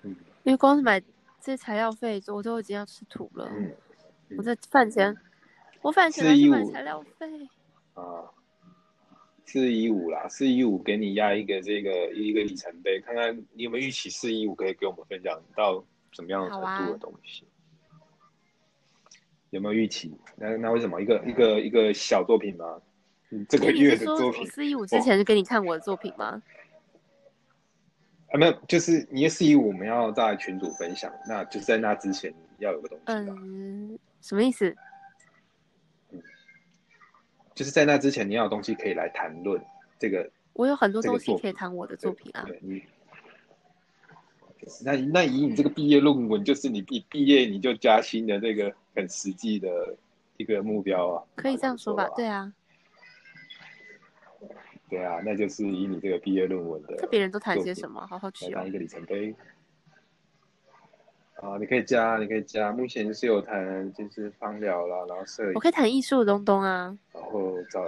[SPEAKER 2] 嗯
[SPEAKER 1] 因为光是买这些材料费，我都已经要吃土了。
[SPEAKER 2] 嗯嗯
[SPEAKER 1] 我在饭前，我饭前
[SPEAKER 2] 415
[SPEAKER 1] 还去买材料费，
[SPEAKER 2] 啊，四一五啦，四一五给你压一个这个一个里程碑，看看你有没有预期四一五可以给我们分享到什么样的程
[SPEAKER 1] 好啊
[SPEAKER 2] 度的东西。有没有预期？那那为什么一个
[SPEAKER 1] 嗯
[SPEAKER 2] 一个一个小作品吗？嗯这
[SPEAKER 1] 所
[SPEAKER 2] 个
[SPEAKER 1] 以你
[SPEAKER 2] 月
[SPEAKER 1] 是
[SPEAKER 2] 的
[SPEAKER 1] 说
[SPEAKER 2] 作
[SPEAKER 1] 我
[SPEAKER 2] 品
[SPEAKER 1] 四一五之前就给你看我的作品吗？
[SPEAKER 2] 啊，没有，就是你的四一五我们要在群组分享，那就是在那之前要有个东西吧。
[SPEAKER 1] 嗯，什么意思？
[SPEAKER 2] 就是在那之前你要有东西可以来谈论这个，
[SPEAKER 1] 我有很多
[SPEAKER 2] 这个
[SPEAKER 1] 东西
[SPEAKER 2] 作
[SPEAKER 1] 可以
[SPEAKER 2] 品
[SPEAKER 1] 谈我的
[SPEAKER 2] 对
[SPEAKER 1] 作品啊。
[SPEAKER 2] 对你那那以你这个毕业论文，就是你毕毕业你就加薪的这个很实际的一个目标啊，
[SPEAKER 1] 可以这样说吧，对
[SPEAKER 2] 对
[SPEAKER 1] 啊，
[SPEAKER 2] 对啊，那就是以你这个毕业论文的
[SPEAKER 1] 这别人都谈些
[SPEAKER 2] 作品
[SPEAKER 1] 什么？好好
[SPEAKER 2] 来
[SPEAKER 1] 奇哦
[SPEAKER 2] 当一。个里程碑。啊，你可以加，你可以加。目前是有谈就是芳疗啦，然后摄影
[SPEAKER 1] 我，可以谈艺术的东东啊，
[SPEAKER 2] 然后找，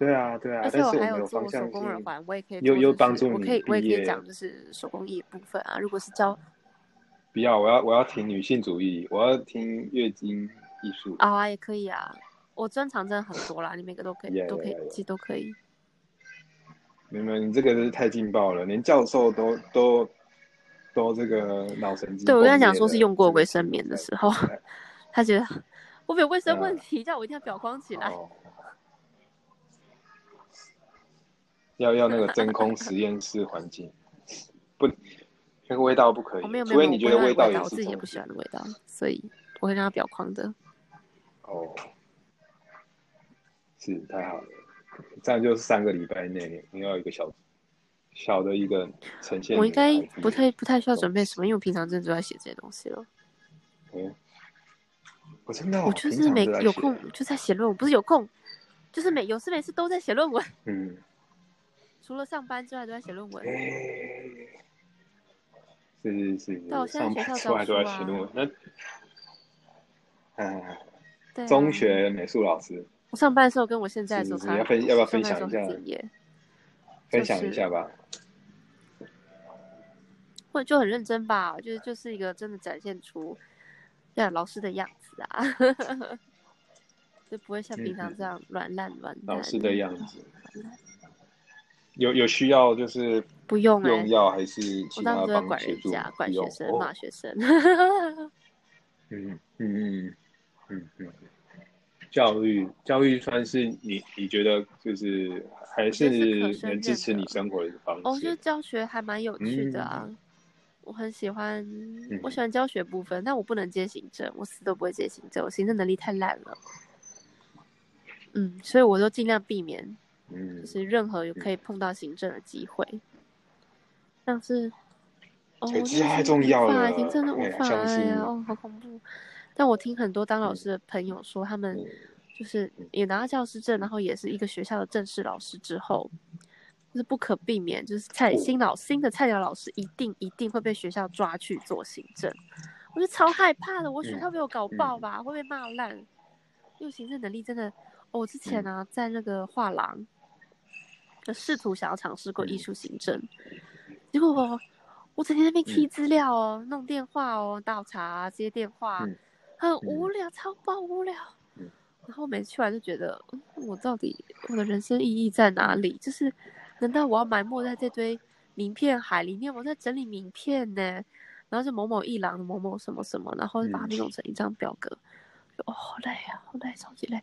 [SPEAKER 2] 对啊对啊，
[SPEAKER 1] 而且
[SPEAKER 2] 但
[SPEAKER 1] 我
[SPEAKER 2] 是
[SPEAKER 1] 还
[SPEAKER 2] 们有
[SPEAKER 1] 做
[SPEAKER 2] 方
[SPEAKER 1] 我手
[SPEAKER 2] 向
[SPEAKER 1] 工耳
[SPEAKER 2] 性。
[SPEAKER 1] 环，我也可以
[SPEAKER 2] 又
[SPEAKER 1] 做
[SPEAKER 2] 又
[SPEAKER 1] 就是
[SPEAKER 2] 帮助
[SPEAKER 1] 我
[SPEAKER 2] 你
[SPEAKER 1] 可以我也
[SPEAKER 2] 毕
[SPEAKER 1] 可以
[SPEAKER 2] 业
[SPEAKER 1] 讲就是手工艺的部分啊。如果是教
[SPEAKER 2] 不要，我要我要听女性主义，我要听月经艺术。
[SPEAKER 1] 啊、也可以啊，我专长真的很多啦，你每个都可以
[SPEAKER 2] Yeah,
[SPEAKER 1] 都可以
[SPEAKER 2] yeah, yeah.
[SPEAKER 1] 其实都可以。
[SPEAKER 2] 没有，没有你这个真是太劲爆了，连教授都都都这个脑神经。
[SPEAKER 1] 对我跟他讲说是用过卫生棉的时候， 他觉得我没有卫生问
[SPEAKER 2] 嗯
[SPEAKER 1] 题，叫我一定要裱框起来。
[SPEAKER 2] 哦要要那个真空实验室环境，不，那个味道不可以，
[SPEAKER 1] 哦我、没有没
[SPEAKER 2] 除
[SPEAKER 1] 有，
[SPEAKER 2] 非
[SPEAKER 1] 没
[SPEAKER 2] 你
[SPEAKER 1] 有
[SPEAKER 2] 觉
[SPEAKER 1] 我
[SPEAKER 2] 得
[SPEAKER 1] 不会让味
[SPEAKER 2] 道也
[SPEAKER 1] 道，我
[SPEAKER 2] 是
[SPEAKER 1] 自己也
[SPEAKER 2] 重
[SPEAKER 1] 不喜欢的味道，所以我会让他裱框的。
[SPEAKER 2] 哦，是太好了，这样就是三个礼拜内你要有一个小小的一个呈现。
[SPEAKER 1] 我应该不太不太需要准备什么，因为我平常真的都在写这些东西
[SPEAKER 2] 哦
[SPEAKER 1] 了。
[SPEAKER 2] 嗯，我真的哦、
[SPEAKER 1] 我就
[SPEAKER 2] 平
[SPEAKER 1] 是
[SPEAKER 2] 常
[SPEAKER 1] 每
[SPEAKER 2] 都在
[SPEAKER 1] 有
[SPEAKER 2] 写
[SPEAKER 1] 空就在写论文，不是有空，就是每有事没事都在写论文，
[SPEAKER 2] 嗯，
[SPEAKER 1] 除了上班之外都在写论文
[SPEAKER 2] 哎、。是是是，
[SPEAKER 1] 对我现在
[SPEAKER 2] 上
[SPEAKER 1] 学校
[SPEAKER 2] 班之
[SPEAKER 1] 教
[SPEAKER 2] 外都在
[SPEAKER 1] 书啊
[SPEAKER 2] 写论文。那，嗯、
[SPEAKER 1] 对啊、
[SPEAKER 2] 中学美术老师
[SPEAKER 1] 我上班的时候跟我现在的时
[SPEAKER 2] 是
[SPEAKER 1] 候
[SPEAKER 2] 是
[SPEAKER 1] 差很
[SPEAKER 2] 要
[SPEAKER 1] 多
[SPEAKER 2] 分要不要
[SPEAKER 1] 上班
[SPEAKER 2] 分
[SPEAKER 1] 的时候
[SPEAKER 2] 享一下
[SPEAKER 1] 很敬业，
[SPEAKER 2] 分享一下吧。
[SPEAKER 1] 或就很认真吧，就是就是一个真的展现出对啊老师的样子啊， 就不会像平常这样软烂软烂。
[SPEAKER 2] 老师的样子，有有需要就是
[SPEAKER 1] 不用哎、
[SPEAKER 2] 用药还是
[SPEAKER 1] 我
[SPEAKER 2] 其
[SPEAKER 1] 当
[SPEAKER 2] 他
[SPEAKER 1] 时都在
[SPEAKER 2] 帮
[SPEAKER 1] 管
[SPEAKER 2] 协
[SPEAKER 1] 人
[SPEAKER 2] 助
[SPEAKER 1] 家、管学
[SPEAKER 2] 用
[SPEAKER 1] 生、
[SPEAKER 2] 哦
[SPEAKER 1] 骂学生。
[SPEAKER 2] 嗯嗯嗯嗯嗯嗯，教育教育算是你你觉得就是还
[SPEAKER 1] 觉
[SPEAKER 2] 是
[SPEAKER 1] 得是可胜
[SPEAKER 2] 能支持
[SPEAKER 1] 任的
[SPEAKER 2] 你生活的方
[SPEAKER 1] 哦，我
[SPEAKER 2] 式
[SPEAKER 1] 觉得。教学还蛮有趣的啊，
[SPEAKER 2] 嗯
[SPEAKER 1] 我很喜欢，我喜欢教学部分，但我不能接行政，我死都不会接行政，我行政能力太烂了。嗯，所以我都尽量避免，
[SPEAKER 2] 嗯
[SPEAKER 1] 就是任何有可以碰到行政的机会，像是哦，
[SPEAKER 2] 这
[SPEAKER 1] 我
[SPEAKER 2] 这
[SPEAKER 1] 真的
[SPEAKER 2] 太
[SPEAKER 1] 是
[SPEAKER 2] 重
[SPEAKER 1] 无
[SPEAKER 2] 要
[SPEAKER 1] 法
[SPEAKER 2] 了
[SPEAKER 1] 行政的无
[SPEAKER 2] 哎
[SPEAKER 1] 法
[SPEAKER 2] 像是
[SPEAKER 1] 哎，哦，好恐怖。但我听很多当老师的朋友说，他们
[SPEAKER 2] 嗯
[SPEAKER 1] 就是也拿到教师证，然后也是一个学校的正式老师之后，就是不可避免，就是菜新老新的菜鸟老师一定一定会被学校抓去做行政，我就超害怕的。我学校被我搞爆吧，会被骂烂。因为行政能力真的，哦我之前呢、在那个画廊，就试图想要尝试过艺术行政，结果我我整天在那边
[SPEAKER 2] 嗯
[SPEAKER 1] key 资料哦，弄电话哦，倒茶啊、接电话啊、
[SPEAKER 2] 嗯
[SPEAKER 1] 很无聊，超爆无聊。
[SPEAKER 2] 嗯
[SPEAKER 1] 然后每次去完就觉得，嗯我到底我的人生意义在哪里？就是难道我要埋没在这堆名片海里面？我在整理名片呢，然后就某某一郎某某什么什么，然后就把它
[SPEAKER 2] 嗯
[SPEAKER 1] 们弄成一张表格。就哦，好累啊，好累，超级累！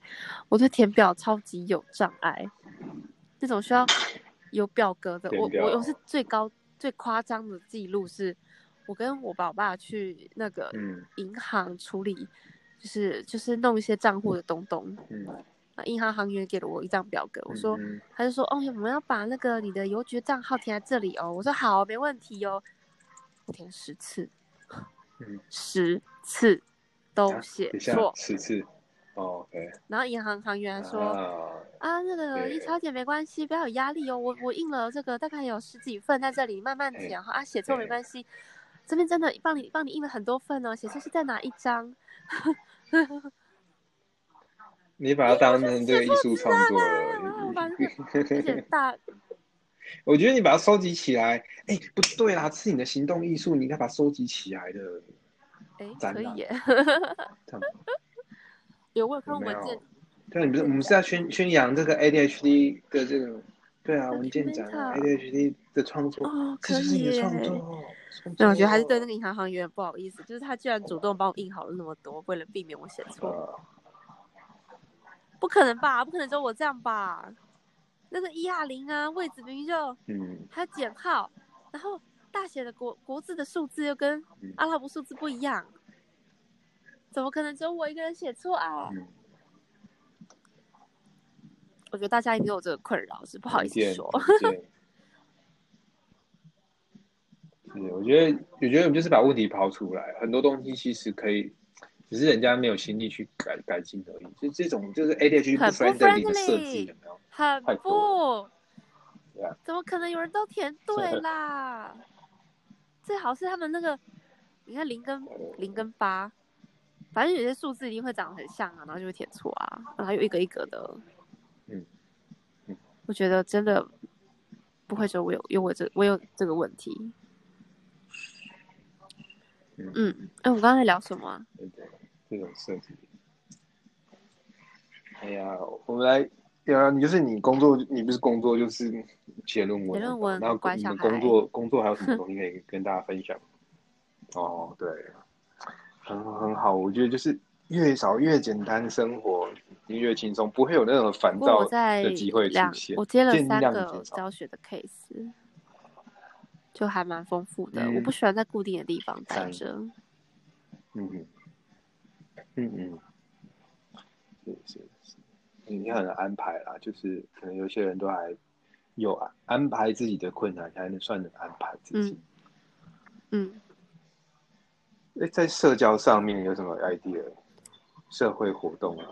[SPEAKER 1] 我对填表超级有障碍，那种需要有表格的，
[SPEAKER 2] 填
[SPEAKER 1] 我
[SPEAKER 2] 表
[SPEAKER 1] 我我是最高最夸张的记录是，我跟我爸爸去那个
[SPEAKER 2] 嗯
[SPEAKER 1] 银行处理，就是就是弄一些账户的东东。
[SPEAKER 2] 嗯，
[SPEAKER 1] 啊，银行行员给了我一张表格，我说，
[SPEAKER 2] 嗯
[SPEAKER 1] 他就说，哦，我们要把那个你的邮局账号填在这里哦。我说好，没问题哦。我填十次，
[SPEAKER 2] 嗯
[SPEAKER 1] 十次都
[SPEAKER 2] 啊
[SPEAKER 1] 写
[SPEAKER 2] 等一下
[SPEAKER 1] 错，
[SPEAKER 2] 十次。哦，OK。
[SPEAKER 1] 然后银行行员说，
[SPEAKER 2] 啊，
[SPEAKER 1] 啊，那个
[SPEAKER 2] 对
[SPEAKER 1] 一小姐没关系，不要有压力哦。我我印了这个大概有十几份在这里，慢慢填哈。啊，写错没
[SPEAKER 2] 哎对
[SPEAKER 1] 关系，这边真的帮你帮你印了很多份哦。写错是在哪一张？
[SPEAKER 2] 你把它当成这个艺术创作
[SPEAKER 1] 啊，我
[SPEAKER 2] 了。
[SPEAKER 1] 把那个而且大
[SPEAKER 2] 我觉得你把它收集起来，哎、不对啦，是你的行动艺术，你应该把它收集起来的。
[SPEAKER 1] 哎
[SPEAKER 2] 展
[SPEAKER 1] 可以
[SPEAKER 2] 览
[SPEAKER 1] 耶，
[SPEAKER 2] 这样
[SPEAKER 1] 有问看
[SPEAKER 2] 有没
[SPEAKER 1] 文件哦
[SPEAKER 2] 有？对，你不是我们是要宣宣扬这个 ADHD 的这种，对啊，文件展啊
[SPEAKER 1] Documental
[SPEAKER 2] ，ADHD 的创作，
[SPEAKER 1] 哦，
[SPEAKER 2] 这
[SPEAKER 1] 可
[SPEAKER 2] 就是
[SPEAKER 1] 以
[SPEAKER 2] 你的
[SPEAKER 1] 耶。
[SPEAKER 2] 创作。创
[SPEAKER 1] 那
[SPEAKER 2] 作
[SPEAKER 1] 我觉得还是对那个银行行员不好意思，就是他居然主动帮我印好了那么多，为了避免我写错，
[SPEAKER 2] 啊
[SPEAKER 1] 不可能吧？不可能只有我这样吧？那个一二零啊，位置明明就。
[SPEAKER 2] 嗯
[SPEAKER 1] 还有减号，然后大写的国国字的数字又跟
[SPEAKER 2] 嗯
[SPEAKER 1] 阿拉伯数字不一样，怎么可能只有我一个人写错啊？
[SPEAKER 2] 嗯，
[SPEAKER 1] 我觉得大家一定有这个困扰，是不好意思
[SPEAKER 2] 文件
[SPEAKER 1] 说。。
[SPEAKER 2] 文件是，我觉得，我觉得我们就是把问题刨出来，很多东西其实可以，只是人家没有心力去改改进而已。就这种，就是 ADHD
[SPEAKER 1] 很不
[SPEAKER 2] friendly 的设计，
[SPEAKER 1] friendly
[SPEAKER 2] 有没有？
[SPEAKER 1] 很
[SPEAKER 2] 太多
[SPEAKER 1] 不
[SPEAKER 2] 对啊，
[SPEAKER 1] 怎么可能有人都填对 啦？最好是他们那个，你看零跟零跟八，反正有些数字一定会长得很像啊，然后就会填错啊，然后又一格一格的。
[SPEAKER 2] 嗯嗯
[SPEAKER 1] 我觉得真的不会说我有有我这我有这个问题。
[SPEAKER 2] 嗯
[SPEAKER 1] 嗯，哎、我们刚刚在聊什么、啊？
[SPEAKER 2] 对对，这种设计。哎呀，我们来，对啊，你就是你工作，你不是工作就是写论文，
[SPEAKER 1] 写论文
[SPEAKER 2] 然后
[SPEAKER 1] 管
[SPEAKER 2] 你
[SPEAKER 1] 小
[SPEAKER 2] 们
[SPEAKER 1] 孩
[SPEAKER 2] 工作工作还有什么东西可 以跟大家分享？哦，对，很很好，我觉得就是越少越简单，生活越轻松，不会有那种烦
[SPEAKER 1] 不过
[SPEAKER 2] 躁
[SPEAKER 1] 我在
[SPEAKER 2] 的机会出
[SPEAKER 1] 两
[SPEAKER 2] 现，
[SPEAKER 1] 我接了
[SPEAKER 2] 尽
[SPEAKER 1] 三
[SPEAKER 2] 量
[SPEAKER 1] 个
[SPEAKER 2] 减少
[SPEAKER 1] 教学的 case，就还蛮丰富的。
[SPEAKER 2] 嗯
[SPEAKER 1] 我不喜欢在固定的地方待
[SPEAKER 2] 三
[SPEAKER 1] 着。
[SPEAKER 2] 嗯嗯嗯嗯，是是是，你很安排啦，就是可能有些人都还有安安排自己的困难，才能算能安排自己。
[SPEAKER 1] 嗯，
[SPEAKER 2] 哎、在社交上面有什么 idea？社会活动啊，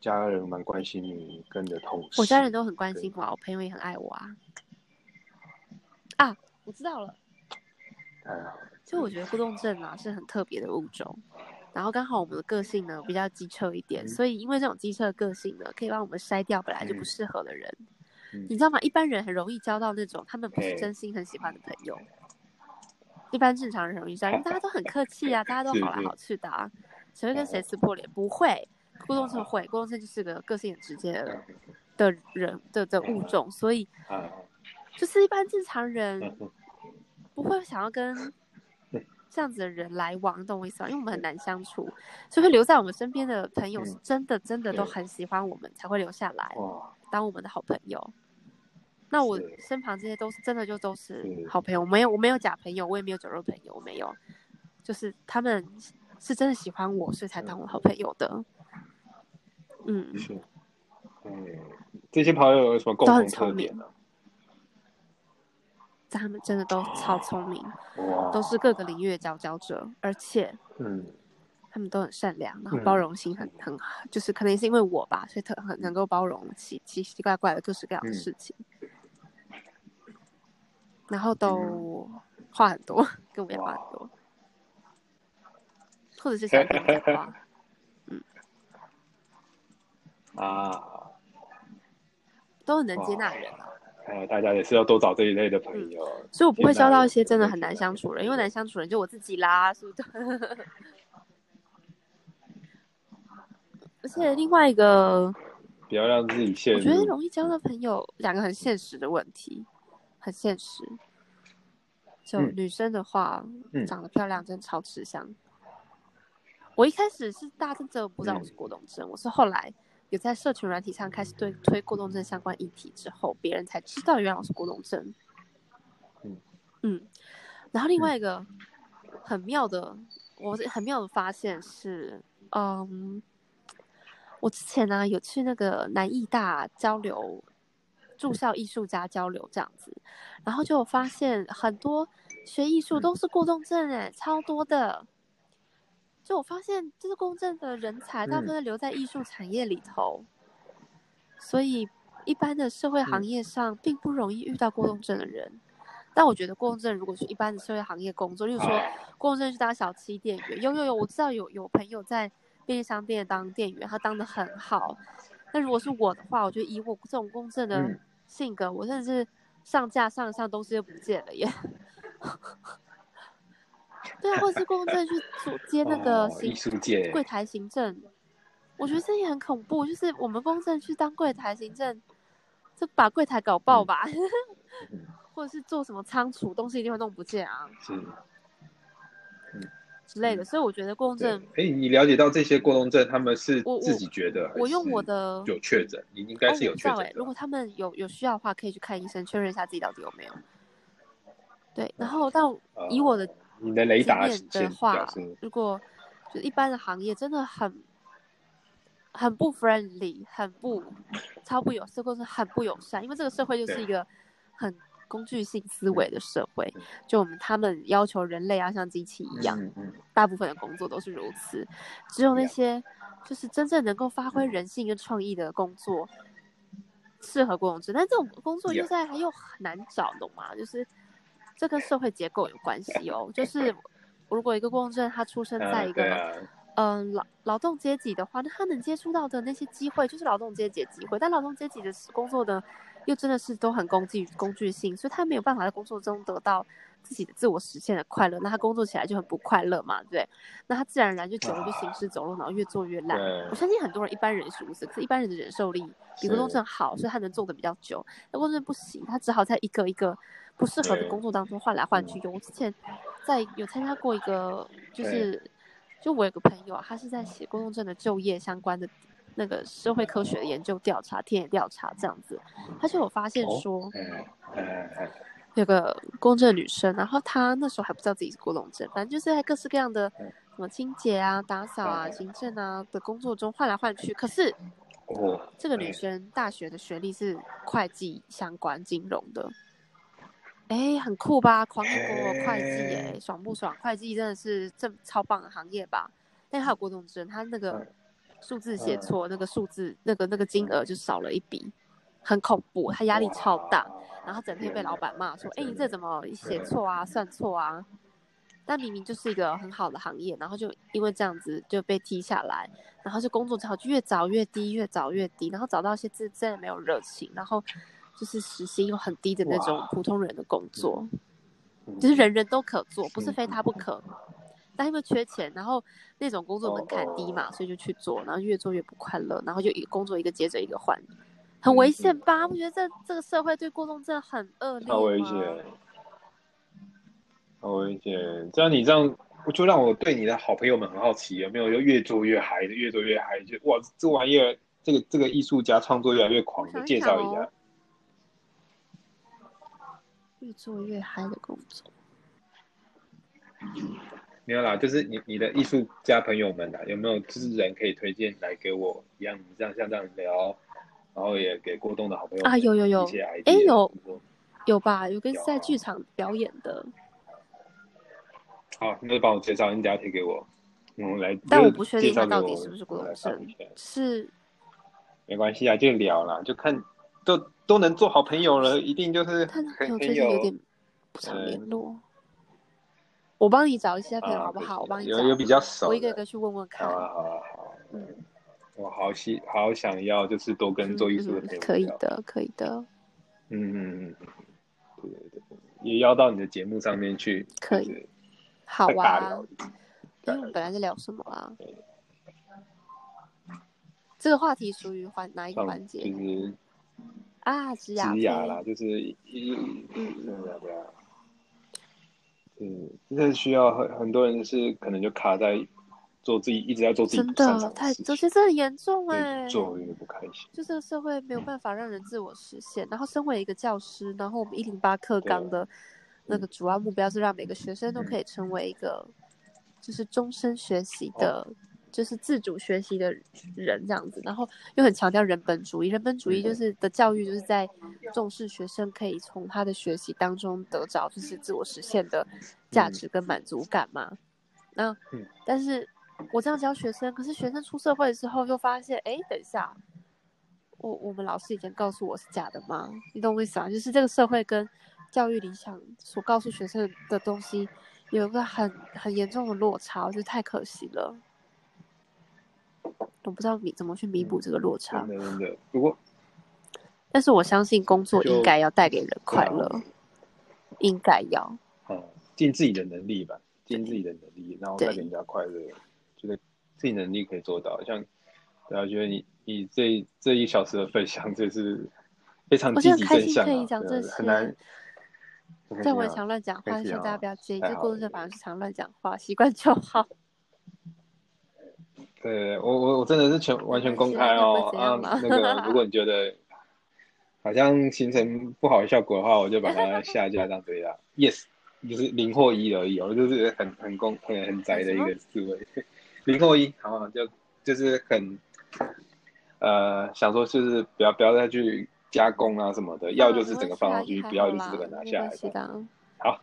[SPEAKER 2] 家人蛮关心你，跟你的同事，
[SPEAKER 1] 我家人都很关心我啊，我朋友也很爱我啊。啊，我知道了，
[SPEAKER 2] 太好了，
[SPEAKER 1] 就我觉得过动症啊是很特别的物种，然后刚好我们的个性呢比较机车一点，
[SPEAKER 2] 嗯
[SPEAKER 1] 所以因为这种机车的个性呢，可以帮我们筛掉本来就不
[SPEAKER 2] 嗯
[SPEAKER 1] 适合的人。
[SPEAKER 2] 嗯
[SPEAKER 1] 你知道吗？一般人很容易交到那种他们不是
[SPEAKER 2] 嘿
[SPEAKER 1] 真心很喜欢的朋友。一般正常人很容易这样，因为大家都很客气啊，大家都
[SPEAKER 2] 是
[SPEAKER 1] 好来
[SPEAKER 2] 是哦
[SPEAKER 1] 好去的啊，谁会跟谁撕破脸？不会，郭东胜会，郭东胜就是个个性很直接的的人的的物种，所以
[SPEAKER 2] 啊，
[SPEAKER 1] 就是一般正常人
[SPEAKER 2] 嗯嗯
[SPEAKER 1] 不会想要跟这样子的人来往，你懂我意思吗？因为我们很难相处，所以会留在我们身边的朋友
[SPEAKER 2] 嗯
[SPEAKER 1] 是真的真的都
[SPEAKER 2] 对
[SPEAKER 1] 很喜欢我们，才会留下来
[SPEAKER 2] 哇，
[SPEAKER 1] 当我们的好朋友。那我
[SPEAKER 2] 是
[SPEAKER 1] 身旁这些都是真的就都是
[SPEAKER 2] 是
[SPEAKER 1] 好朋友，我没有我没有假朋友，我也没有酒肉朋友，我没有，就是他们是真的喜欢我，所以才当我好朋友的。嗯，
[SPEAKER 2] 是，嗯，这些朋友有什么共
[SPEAKER 1] 都很
[SPEAKER 2] 同特
[SPEAKER 1] 聪明
[SPEAKER 2] 点呢、
[SPEAKER 1] 但他们真的都超聪明，
[SPEAKER 2] 哇，
[SPEAKER 1] 都是各个领域的佼佼者，而且
[SPEAKER 2] 嗯
[SPEAKER 1] 他们都很善良，然后
[SPEAKER 2] 嗯
[SPEAKER 1] 包容心很很，就是可能也是因为我吧，所以特很能够包容奇奇奇怪怪的各式各样的
[SPEAKER 2] 嗯
[SPEAKER 1] 事情，然后都
[SPEAKER 2] 嗯
[SPEAKER 1] 话很多，跟我也话很多，或者是想跟我讲话，
[SPEAKER 2] 啊，
[SPEAKER 1] 都很能接纳人啊，嗯
[SPEAKER 2] 还有大家也是要多找这一类的朋友，
[SPEAKER 1] 所以我不会
[SPEAKER 2] 接纳
[SPEAKER 1] 交到
[SPEAKER 2] 人
[SPEAKER 1] 一些真的
[SPEAKER 2] 接纳
[SPEAKER 1] 很难
[SPEAKER 2] 人
[SPEAKER 1] 相处的人，因为难相处的人就我自己啦，是 不是？而且另外一个。
[SPEAKER 2] 不要让自己陷
[SPEAKER 1] 我觉得
[SPEAKER 2] 入
[SPEAKER 1] 容易交到朋友，两个很现实的问题，很现实。就
[SPEAKER 2] 嗯
[SPEAKER 1] 女生的话，
[SPEAKER 2] 嗯
[SPEAKER 1] 长得漂亮真的超吃香。我一开始是大家真的不知道我是
[SPEAKER 2] 嗯
[SPEAKER 1] 过动症，我是后来有在社群软体上开始对推过动症相关议题之后，别人才知道原来我是过动症。
[SPEAKER 2] 嗯
[SPEAKER 1] 嗯然后另外一个很妙的，我很妙的发现是，嗯，我之前呢、有去那个南艺大交流，住校艺术家交流这样子，然后就有发现很多学艺术都是过动症哎、超多的。就我发现，就是过动症的人才大部分留在艺术产业里头，所以一般的社会行业上并不容易遇到过动症的人。但我觉得过动症如果去一般的社会行业工作，例如说过动症去当小七店员，有有有，我知道有有朋友在便利商店当店员，他当的很好。那如果是我的话，我觉得以我这种公正的
[SPEAKER 2] 嗯
[SPEAKER 1] 性格，我甚至上架上上东西就不见了耶。 对啊，或者是公证去做接那个
[SPEAKER 2] 哦
[SPEAKER 1] 行
[SPEAKER 2] 艺术界
[SPEAKER 1] 柜台行政，我觉得这也很恐怖。就是我们公证去当柜台行政，这把柜台搞爆吧，
[SPEAKER 2] 嗯
[SPEAKER 1] 或者是做什么仓储，东西一定会弄不见啊
[SPEAKER 2] 是
[SPEAKER 1] 之类的。所以我觉得公
[SPEAKER 2] 嗯对
[SPEAKER 1] 证，。
[SPEAKER 2] 哎，你了解到这些过动症，他们是
[SPEAKER 1] 我我
[SPEAKER 2] 自己觉得还
[SPEAKER 1] 我用
[SPEAKER 2] 是
[SPEAKER 1] 我的
[SPEAKER 2] 有确诊，你应该是
[SPEAKER 1] 哦、
[SPEAKER 2] 有
[SPEAKER 1] 我知
[SPEAKER 2] 确
[SPEAKER 1] 道
[SPEAKER 2] 诊
[SPEAKER 1] 哎、
[SPEAKER 2] 的
[SPEAKER 1] 如
[SPEAKER 2] 吧
[SPEAKER 1] 果他们有有需要的话，可以去看医生确认一下自己到底有没有。对，然后但以我的
[SPEAKER 2] 嗯呃你的雷达
[SPEAKER 1] 经
[SPEAKER 2] 显
[SPEAKER 1] 验的话
[SPEAKER 2] 表示，
[SPEAKER 1] 如果就一般的行业真的很很不 friendly，很不超不友善，或者是很不友善，因为这个社会就是一个很工具性思维的社会
[SPEAKER 2] 嗯，
[SPEAKER 1] 就我们他们要求人类要像机器一样，
[SPEAKER 2] 嗯嗯嗯
[SPEAKER 1] 大部分的工作都是如此，只有那些就是真正能够发
[SPEAKER 2] 嗯
[SPEAKER 1] 挥人性跟创意的工作，适合过动症。但这种工作又
[SPEAKER 2] Yeah.
[SPEAKER 1] 在又很难找，懂吗？就是这跟社会结构有关系哦。就是如果一个过动症他出生在
[SPEAKER 2] 啊
[SPEAKER 1] 一
[SPEAKER 2] 对
[SPEAKER 1] 个
[SPEAKER 2] 啊，
[SPEAKER 1] 嗯劳劳动阶级的话，那他能接触到的那些机会就是劳动阶级的机会，但劳动阶级的工作呢，又真的是都很工具工具性，所以他没有办法在工作中得到自己的自我实现的快乐，那他工作起来就很不快乐嘛，对不对？那他自然而然就久了就行尸走肉，然后越做越烂。
[SPEAKER 2] 对
[SPEAKER 1] 我，相信很多人一般人也是如此，可是一般人的忍受力比工作
[SPEAKER 2] 是嗯
[SPEAKER 1] 证好，所以他能做的比较久。那工作证不行，他只好在一个一个不适合的
[SPEAKER 2] 对
[SPEAKER 1] 工作当中换来换去。有我之前在有参加过一个，就是就我有个朋友啊，他是
[SPEAKER 2] 嗯
[SPEAKER 1] 在写工作证的就业相关的那个社会科学的研究调查、田野调查这样子，他就有发现
[SPEAKER 2] 哦
[SPEAKER 1] 说。
[SPEAKER 2] 哎哎哎，
[SPEAKER 1] 有个公证女生，然后她那时候还不知道自己是过动症，反正就是在各式各样的
[SPEAKER 2] 嗯
[SPEAKER 1] 什么清洁啊、打扫啊、
[SPEAKER 2] 嗯
[SPEAKER 1] 行政啊的工作中换来换去。可是
[SPEAKER 2] 哦，
[SPEAKER 1] 这个女
[SPEAKER 2] 哎
[SPEAKER 1] 生大学的学历是会计相关金融的，哎，很酷吧？狂人国有会计，哎，
[SPEAKER 2] 嘿
[SPEAKER 1] 爽不爽？会计真的是这超棒的行业吧？但她有过动症，她那个
[SPEAKER 2] 嗯
[SPEAKER 1] 数字写
[SPEAKER 2] 嗯
[SPEAKER 1] 错，那个数字那个那个金额就少了一笔，很恐怖，她压力超大。
[SPEAKER 2] 哇，
[SPEAKER 1] 然后整天被老板骂说：“哎，
[SPEAKER 2] 天
[SPEAKER 1] 你
[SPEAKER 2] 哪
[SPEAKER 1] 这怎么写错啊，算错啊？”但明明就是一个很好的行业，然后就因为这样子就被踢下来，然后就工作之后就越找越低，越找越低，然后找到一些自真的没有热情，然后就是时薪又很低的那种
[SPEAKER 2] 哇
[SPEAKER 1] 普通人的工作，
[SPEAKER 2] 嗯
[SPEAKER 1] 就是人人都可做，不是
[SPEAKER 2] 嗯
[SPEAKER 1] 非他不可。但因为缺钱，然后那种工作门槛低嘛，
[SPEAKER 2] 哦
[SPEAKER 1] 所以就去做，然后越做越不快乐，然后就一个工作一个接着一个换，很危险吧？我觉得这这个社会对过动症很恶劣，
[SPEAKER 2] 好危险，，好危险！这样你这样，我就让我对你的好朋友们很好奇，有没有就越做越嗨，越做越嗨？就哇，这玩意儿，这个这个艺术家创作越来越狂
[SPEAKER 1] 我
[SPEAKER 2] 的，
[SPEAKER 1] 想
[SPEAKER 2] 介绍一
[SPEAKER 1] 想
[SPEAKER 2] 下
[SPEAKER 1] 哦。越做越嗨的工作。
[SPEAKER 2] 没有啦，就是你你的艺术家朋友们啊，有没有就是人可以推荐来给我一样，你这样像这样聊，然后也给过动的好朋友们
[SPEAKER 1] 啊有有有
[SPEAKER 2] 一些 idea，
[SPEAKER 1] 哎有
[SPEAKER 2] 比如说
[SPEAKER 1] 有吧？有个是
[SPEAKER 2] 有
[SPEAKER 1] 在剧场表演的，
[SPEAKER 2] 好，那就帮我介绍，你等一下贴给我。嗯，来，
[SPEAKER 1] 但
[SPEAKER 2] 就
[SPEAKER 1] 我不确定
[SPEAKER 2] 介
[SPEAKER 1] 他
[SPEAKER 2] 绍给
[SPEAKER 1] 到
[SPEAKER 2] 我
[SPEAKER 1] 底是不是
[SPEAKER 2] 我
[SPEAKER 1] 过动
[SPEAKER 2] 来看
[SPEAKER 1] 症
[SPEAKER 2] 一下，
[SPEAKER 1] 是
[SPEAKER 2] 没关系啊，就聊啦，就看都都能做好朋友了，一定嗯就是
[SPEAKER 1] 他男朋
[SPEAKER 2] 很
[SPEAKER 1] 友
[SPEAKER 2] 很
[SPEAKER 1] 最近有点不常联络。我帮你找一些朋友
[SPEAKER 2] 啊
[SPEAKER 1] 好不好？我帮你找
[SPEAKER 2] 有，有比较熟的，
[SPEAKER 1] 我一个一个去问问看
[SPEAKER 2] 好。啊好啊好啊
[SPEAKER 1] 嗯
[SPEAKER 2] 我好希好想要就是多跟做艺术的朋
[SPEAKER 1] 嗯
[SPEAKER 2] 友
[SPEAKER 1] 可以
[SPEAKER 2] 聊
[SPEAKER 1] 的，可以的，
[SPEAKER 2] 嗯嗯嗯，对对对，也邀到你的节目上面去，
[SPEAKER 1] 可以
[SPEAKER 2] 以，
[SPEAKER 1] 好
[SPEAKER 2] 再尬
[SPEAKER 1] 啊
[SPEAKER 2] 聊。
[SPEAKER 1] 因为我们本来在聊什么啊？这个话题属于环哪一个环
[SPEAKER 2] 像就
[SPEAKER 1] 节
[SPEAKER 2] 是
[SPEAKER 1] 啊？植牙
[SPEAKER 2] 职
[SPEAKER 1] 配
[SPEAKER 2] 涯啦，就是一一
[SPEAKER 1] 嗯
[SPEAKER 2] 对啊对啊，嗯，真的需要很很多人就是可能就卡在做自己一直在做自己
[SPEAKER 1] 真
[SPEAKER 2] 不擅
[SPEAKER 1] 的
[SPEAKER 2] 长
[SPEAKER 1] 太，
[SPEAKER 2] 事
[SPEAKER 1] 有
[SPEAKER 2] 情
[SPEAKER 1] 些，真的很严重哎、
[SPEAKER 2] 对，做越不开心，
[SPEAKER 1] 就这个社会没有办法让人自我实现。然后，身为一个教师，然后我们一零八课纲的那个主要目标是让每个学生都可以成为一个，就是终身学习的，就是自主学习的人这样子。然后又很强调人本主义，人本主义就是的教育就是在重视学生可以从他的学习当中得着就是自我实现的价值跟满足感嘛。那
[SPEAKER 2] 嗯
[SPEAKER 1] 但是我这样教学生，可是学生出社会之后又发现，哎，等一下，我我们老师以前告诉我是假的吗？你懂我意思啊？就是这个社会跟教育理想所告诉学生的东西有一个很很严重的落差，我觉得太可惜了。我不知道你怎么去弥补这个落差，
[SPEAKER 2] 真的真的。不过
[SPEAKER 1] 但是我相信工作
[SPEAKER 2] 就
[SPEAKER 1] 应该要带给人快
[SPEAKER 2] 对啊
[SPEAKER 1] 乐，应该要。
[SPEAKER 2] 嗯，尽自己的能力吧，尽自己的能力，然后带
[SPEAKER 1] 对
[SPEAKER 2] 给人家快乐，觉得自己能力可以做到。像，对啊，觉得你你这这一小时的分享，这是非常
[SPEAKER 1] 我
[SPEAKER 2] 积
[SPEAKER 1] 觉得
[SPEAKER 2] 极
[SPEAKER 1] 很开
[SPEAKER 2] 正
[SPEAKER 1] 心
[SPEAKER 2] 向
[SPEAKER 1] 可以
[SPEAKER 2] 啊，
[SPEAKER 1] 讲
[SPEAKER 2] 对
[SPEAKER 1] 这
[SPEAKER 2] 啊很难
[SPEAKER 1] 些。
[SPEAKER 2] 啊
[SPEAKER 1] 对，我也常乱讲
[SPEAKER 2] 可
[SPEAKER 1] 话，
[SPEAKER 2] 以
[SPEAKER 1] 希望大
[SPEAKER 2] 啊
[SPEAKER 1] 家不要介意。
[SPEAKER 2] 太
[SPEAKER 1] 这
[SPEAKER 2] 好
[SPEAKER 1] 过
[SPEAKER 2] 了
[SPEAKER 1] 度症反而是常乱讲话，习惯就好。
[SPEAKER 2] 对，我我我真的是全完全公开哦
[SPEAKER 1] 没关系
[SPEAKER 2] 啊
[SPEAKER 1] 啊那！不会怎
[SPEAKER 2] 那
[SPEAKER 1] 样
[SPEAKER 2] 个
[SPEAKER 1] 嘛，
[SPEAKER 2] 如果你 觉得好像形成不好的效果的话，我就把它下架，这样对啦。Yes，就是零或一而已哦，就是很很公很很宅的一个思维，零或一，好啊，就就是很呃想说就是不要不要再去加工啊什么的，
[SPEAKER 1] 嗯
[SPEAKER 2] 要就是整个放上去，不要就是整个拿下来。这样
[SPEAKER 1] 的。
[SPEAKER 2] 好，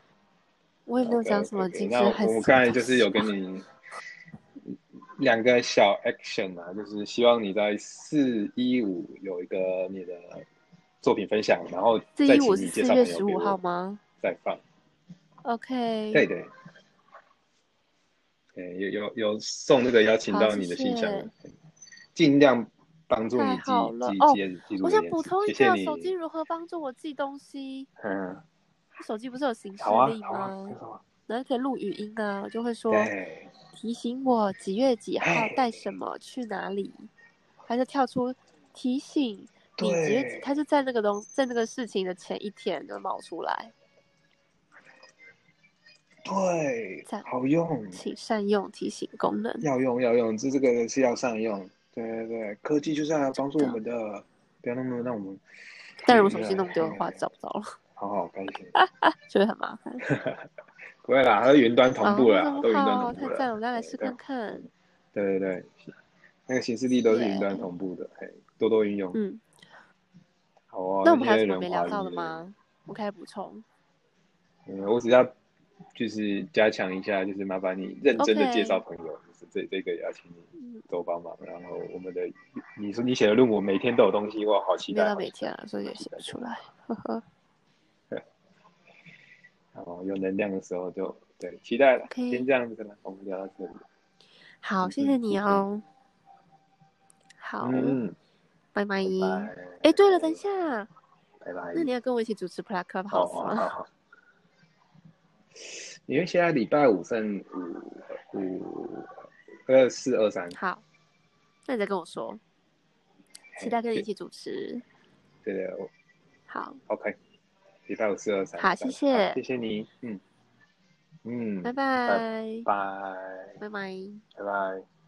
[SPEAKER 1] 我也没有讲什么
[SPEAKER 2] OK，OK，
[SPEAKER 1] 精致
[SPEAKER 2] 那我
[SPEAKER 1] 害死
[SPEAKER 2] 我
[SPEAKER 1] 的
[SPEAKER 2] 刚才就是
[SPEAKER 1] 东西
[SPEAKER 2] 有跟你两个小 action 啊，就是希望你在四一五有一个你的作品分享，然后
[SPEAKER 1] 四
[SPEAKER 2] 再
[SPEAKER 1] 一五
[SPEAKER 2] 请
[SPEAKER 1] 是
[SPEAKER 2] 你介
[SPEAKER 1] 四
[SPEAKER 2] 绍
[SPEAKER 1] 月
[SPEAKER 2] 朋
[SPEAKER 1] 十
[SPEAKER 2] 友给
[SPEAKER 1] 五号
[SPEAKER 2] 我
[SPEAKER 1] 吗哎
[SPEAKER 2] 再放。
[SPEAKER 1] ？OK，
[SPEAKER 2] 对对，嗯，有有有送那个邀请
[SPEAKER 1] 好
[SPEAKER 2] 到
[SPEAKER 1] 谢
[SPEAKER 2] 你的信箱
[SPEAKER 1] 谢
[SPEAKER 2] 了，尽量帮助你
[SPEAKER 1] 太
[SPEAKER 2] 记
[SPEAKER 1] 好了
[SPEAKER 2] 记
[SPEAKER 1] 哦
[SPEAKER 2] 记记住
[SPEAKER 1] 我
[SPEAKER 2] 这
[SPEAKER 1] 想
[SPEAKER 2] 件
[SPEAKER 1] 补
[SPEAKER 2] 事
[SPEAKER 1] 充一
[SPEAKER 2] 谢谢
[SPEAKER 1] 下，
[SPEAKER 2] 你，
[SPEAKER 1] 手机如何帮助我记东西？
[SPEAKER 2] 嗯，
[SPEAKER 1] 手机不是有行事
[SPEAKER 2] 好啊
[SPEAKER 1] 历
[SPEAKER 2] 好
[SPEAKER 1] 吗，
[SPEAKER 2] 啊那？什么
[SPEAKER 1] 然后可以录语音啊，我就会说
[SPEAKER 2] 对，
[SPEAKER 1] 提醒我几月几号
[SPEAKER 2] 哎
[SPEAKER 1] 带什么去哪里，还是跳出提醒你
[SPEAKER 2] 对
[SPEAKER 1] 几月几，它就在那个东在那个事情的前一天就冒出来，
[SPEAKER 2] 嗯对
[SPEAKER 1] 赞，
[SPEAKER 2] 好用，
[SPEAKER 1] 请善用提醒功能。
[SPEAKER 2] 要用要用，这这个是要善用。对对对，科技就是来帮助我们的，不要那么让我们。
[SPEAKER 1] 但如果手机弄丢的话，
[SPEAKER 2] 对
[SPEAKER 1] 找不着了，
[SPEAKER 2] 好好开心。
[SPEAKER 1] 就会很麻烦。
[SPEAKER 2] 不会啦，它云端同步了啦，
[SPEAKER 1] 哦那
[SPEAKER 2] 都云
[SPEAKER 1] 么
[SPEAKER 2] 端
[SPEAKER 1] 好，
[SPEAKER 2] 同步
[SPEAKER 1] 太
[SPEAKER 2] 了。
[SPEAKER 1] 赞了，我再来试看看。
[SPEAKER 2] 对对对，那个形式力都是
[SPEAKER 1] 谢谢
[SPEAKER 2] 云端同步的，嘿，多多运用。
[SPEAKER 1] 嗯，
[SPEAKER 2] 好哦，
[SPEAKER 1] 那我们还
[SPEAKER 2] 些
[SPEAKER 1] 有什么
[SPEAKER 2] 人
[SPEAKER 1] 没
[SPEAKER 2] 华
[SPEAKER 1] 聊
[SPEAKER 2] 语
[SPEAKER 1] 到的？吗？我可以补充。
[SPEAKER 2] 嗯，我只要就是加强一下，就是麻烦你认真的
[SPEAKER 1] OK
[SPEAKER 2] 介绍朋友，就是这这个也要请你
[SPEAKER 1] 嗯
[SPEAKER 2] 多帮忙。然后我们的，你说你写的论文每天都有东西，我好期
[SPEAKER 1] 没有
[SPEAKER 2] 待
[SPEAKER 1] 到
[SPEAKER 2] 哦。
[SPEAKER 1] 每天啊，所以也写不出来。
[SPEAKER 2] 然后有能量的时候就对，期待了。
[SPEAKER 1] OK
[SPEAKER 2] 先这样子了，我们聊到这里。
[SPEAKER 1] 好，谢谢你哦。好，
[SPEAKER 2] 嗯，
[SPEAKER 1] 拜拜。
[SPEAKER 2] 拜。
[SPEAKER 1] 哎，对了，等一，下，
[SPEAKER 2] 拜拜。
[SPEAKER 1] 那你要跟我一起主持 Plug
[SPEAKER 2] 好
[SPEAKER 1] Clubhouse
[SPEAKER 2] 好好
[SPEAKER 1] 吗？
[SPEAKER 2] 好。因为现在礼拜五剩五五二四二三，
[SPEAKER 1] 好，那你再跟我说，期待跟你一起主持。
[SPEAKER 2] 哎对对我
[SPEAKER 1] 好，
[SPEAKER 2] ，OK，礼拜五四二三。
[SPEAKER 1] 好谢谢
[SPEAKER 2] 好谢谢你，嗯嗯，
[SPEAKER 1] 拜
[SPEAKER 2] 拜
[SPEAKER 1] 拜，
[SPEAKER 2] 拜
[SPEAKER 1] 拜拜。
[SPEAKER 2] 拜拜。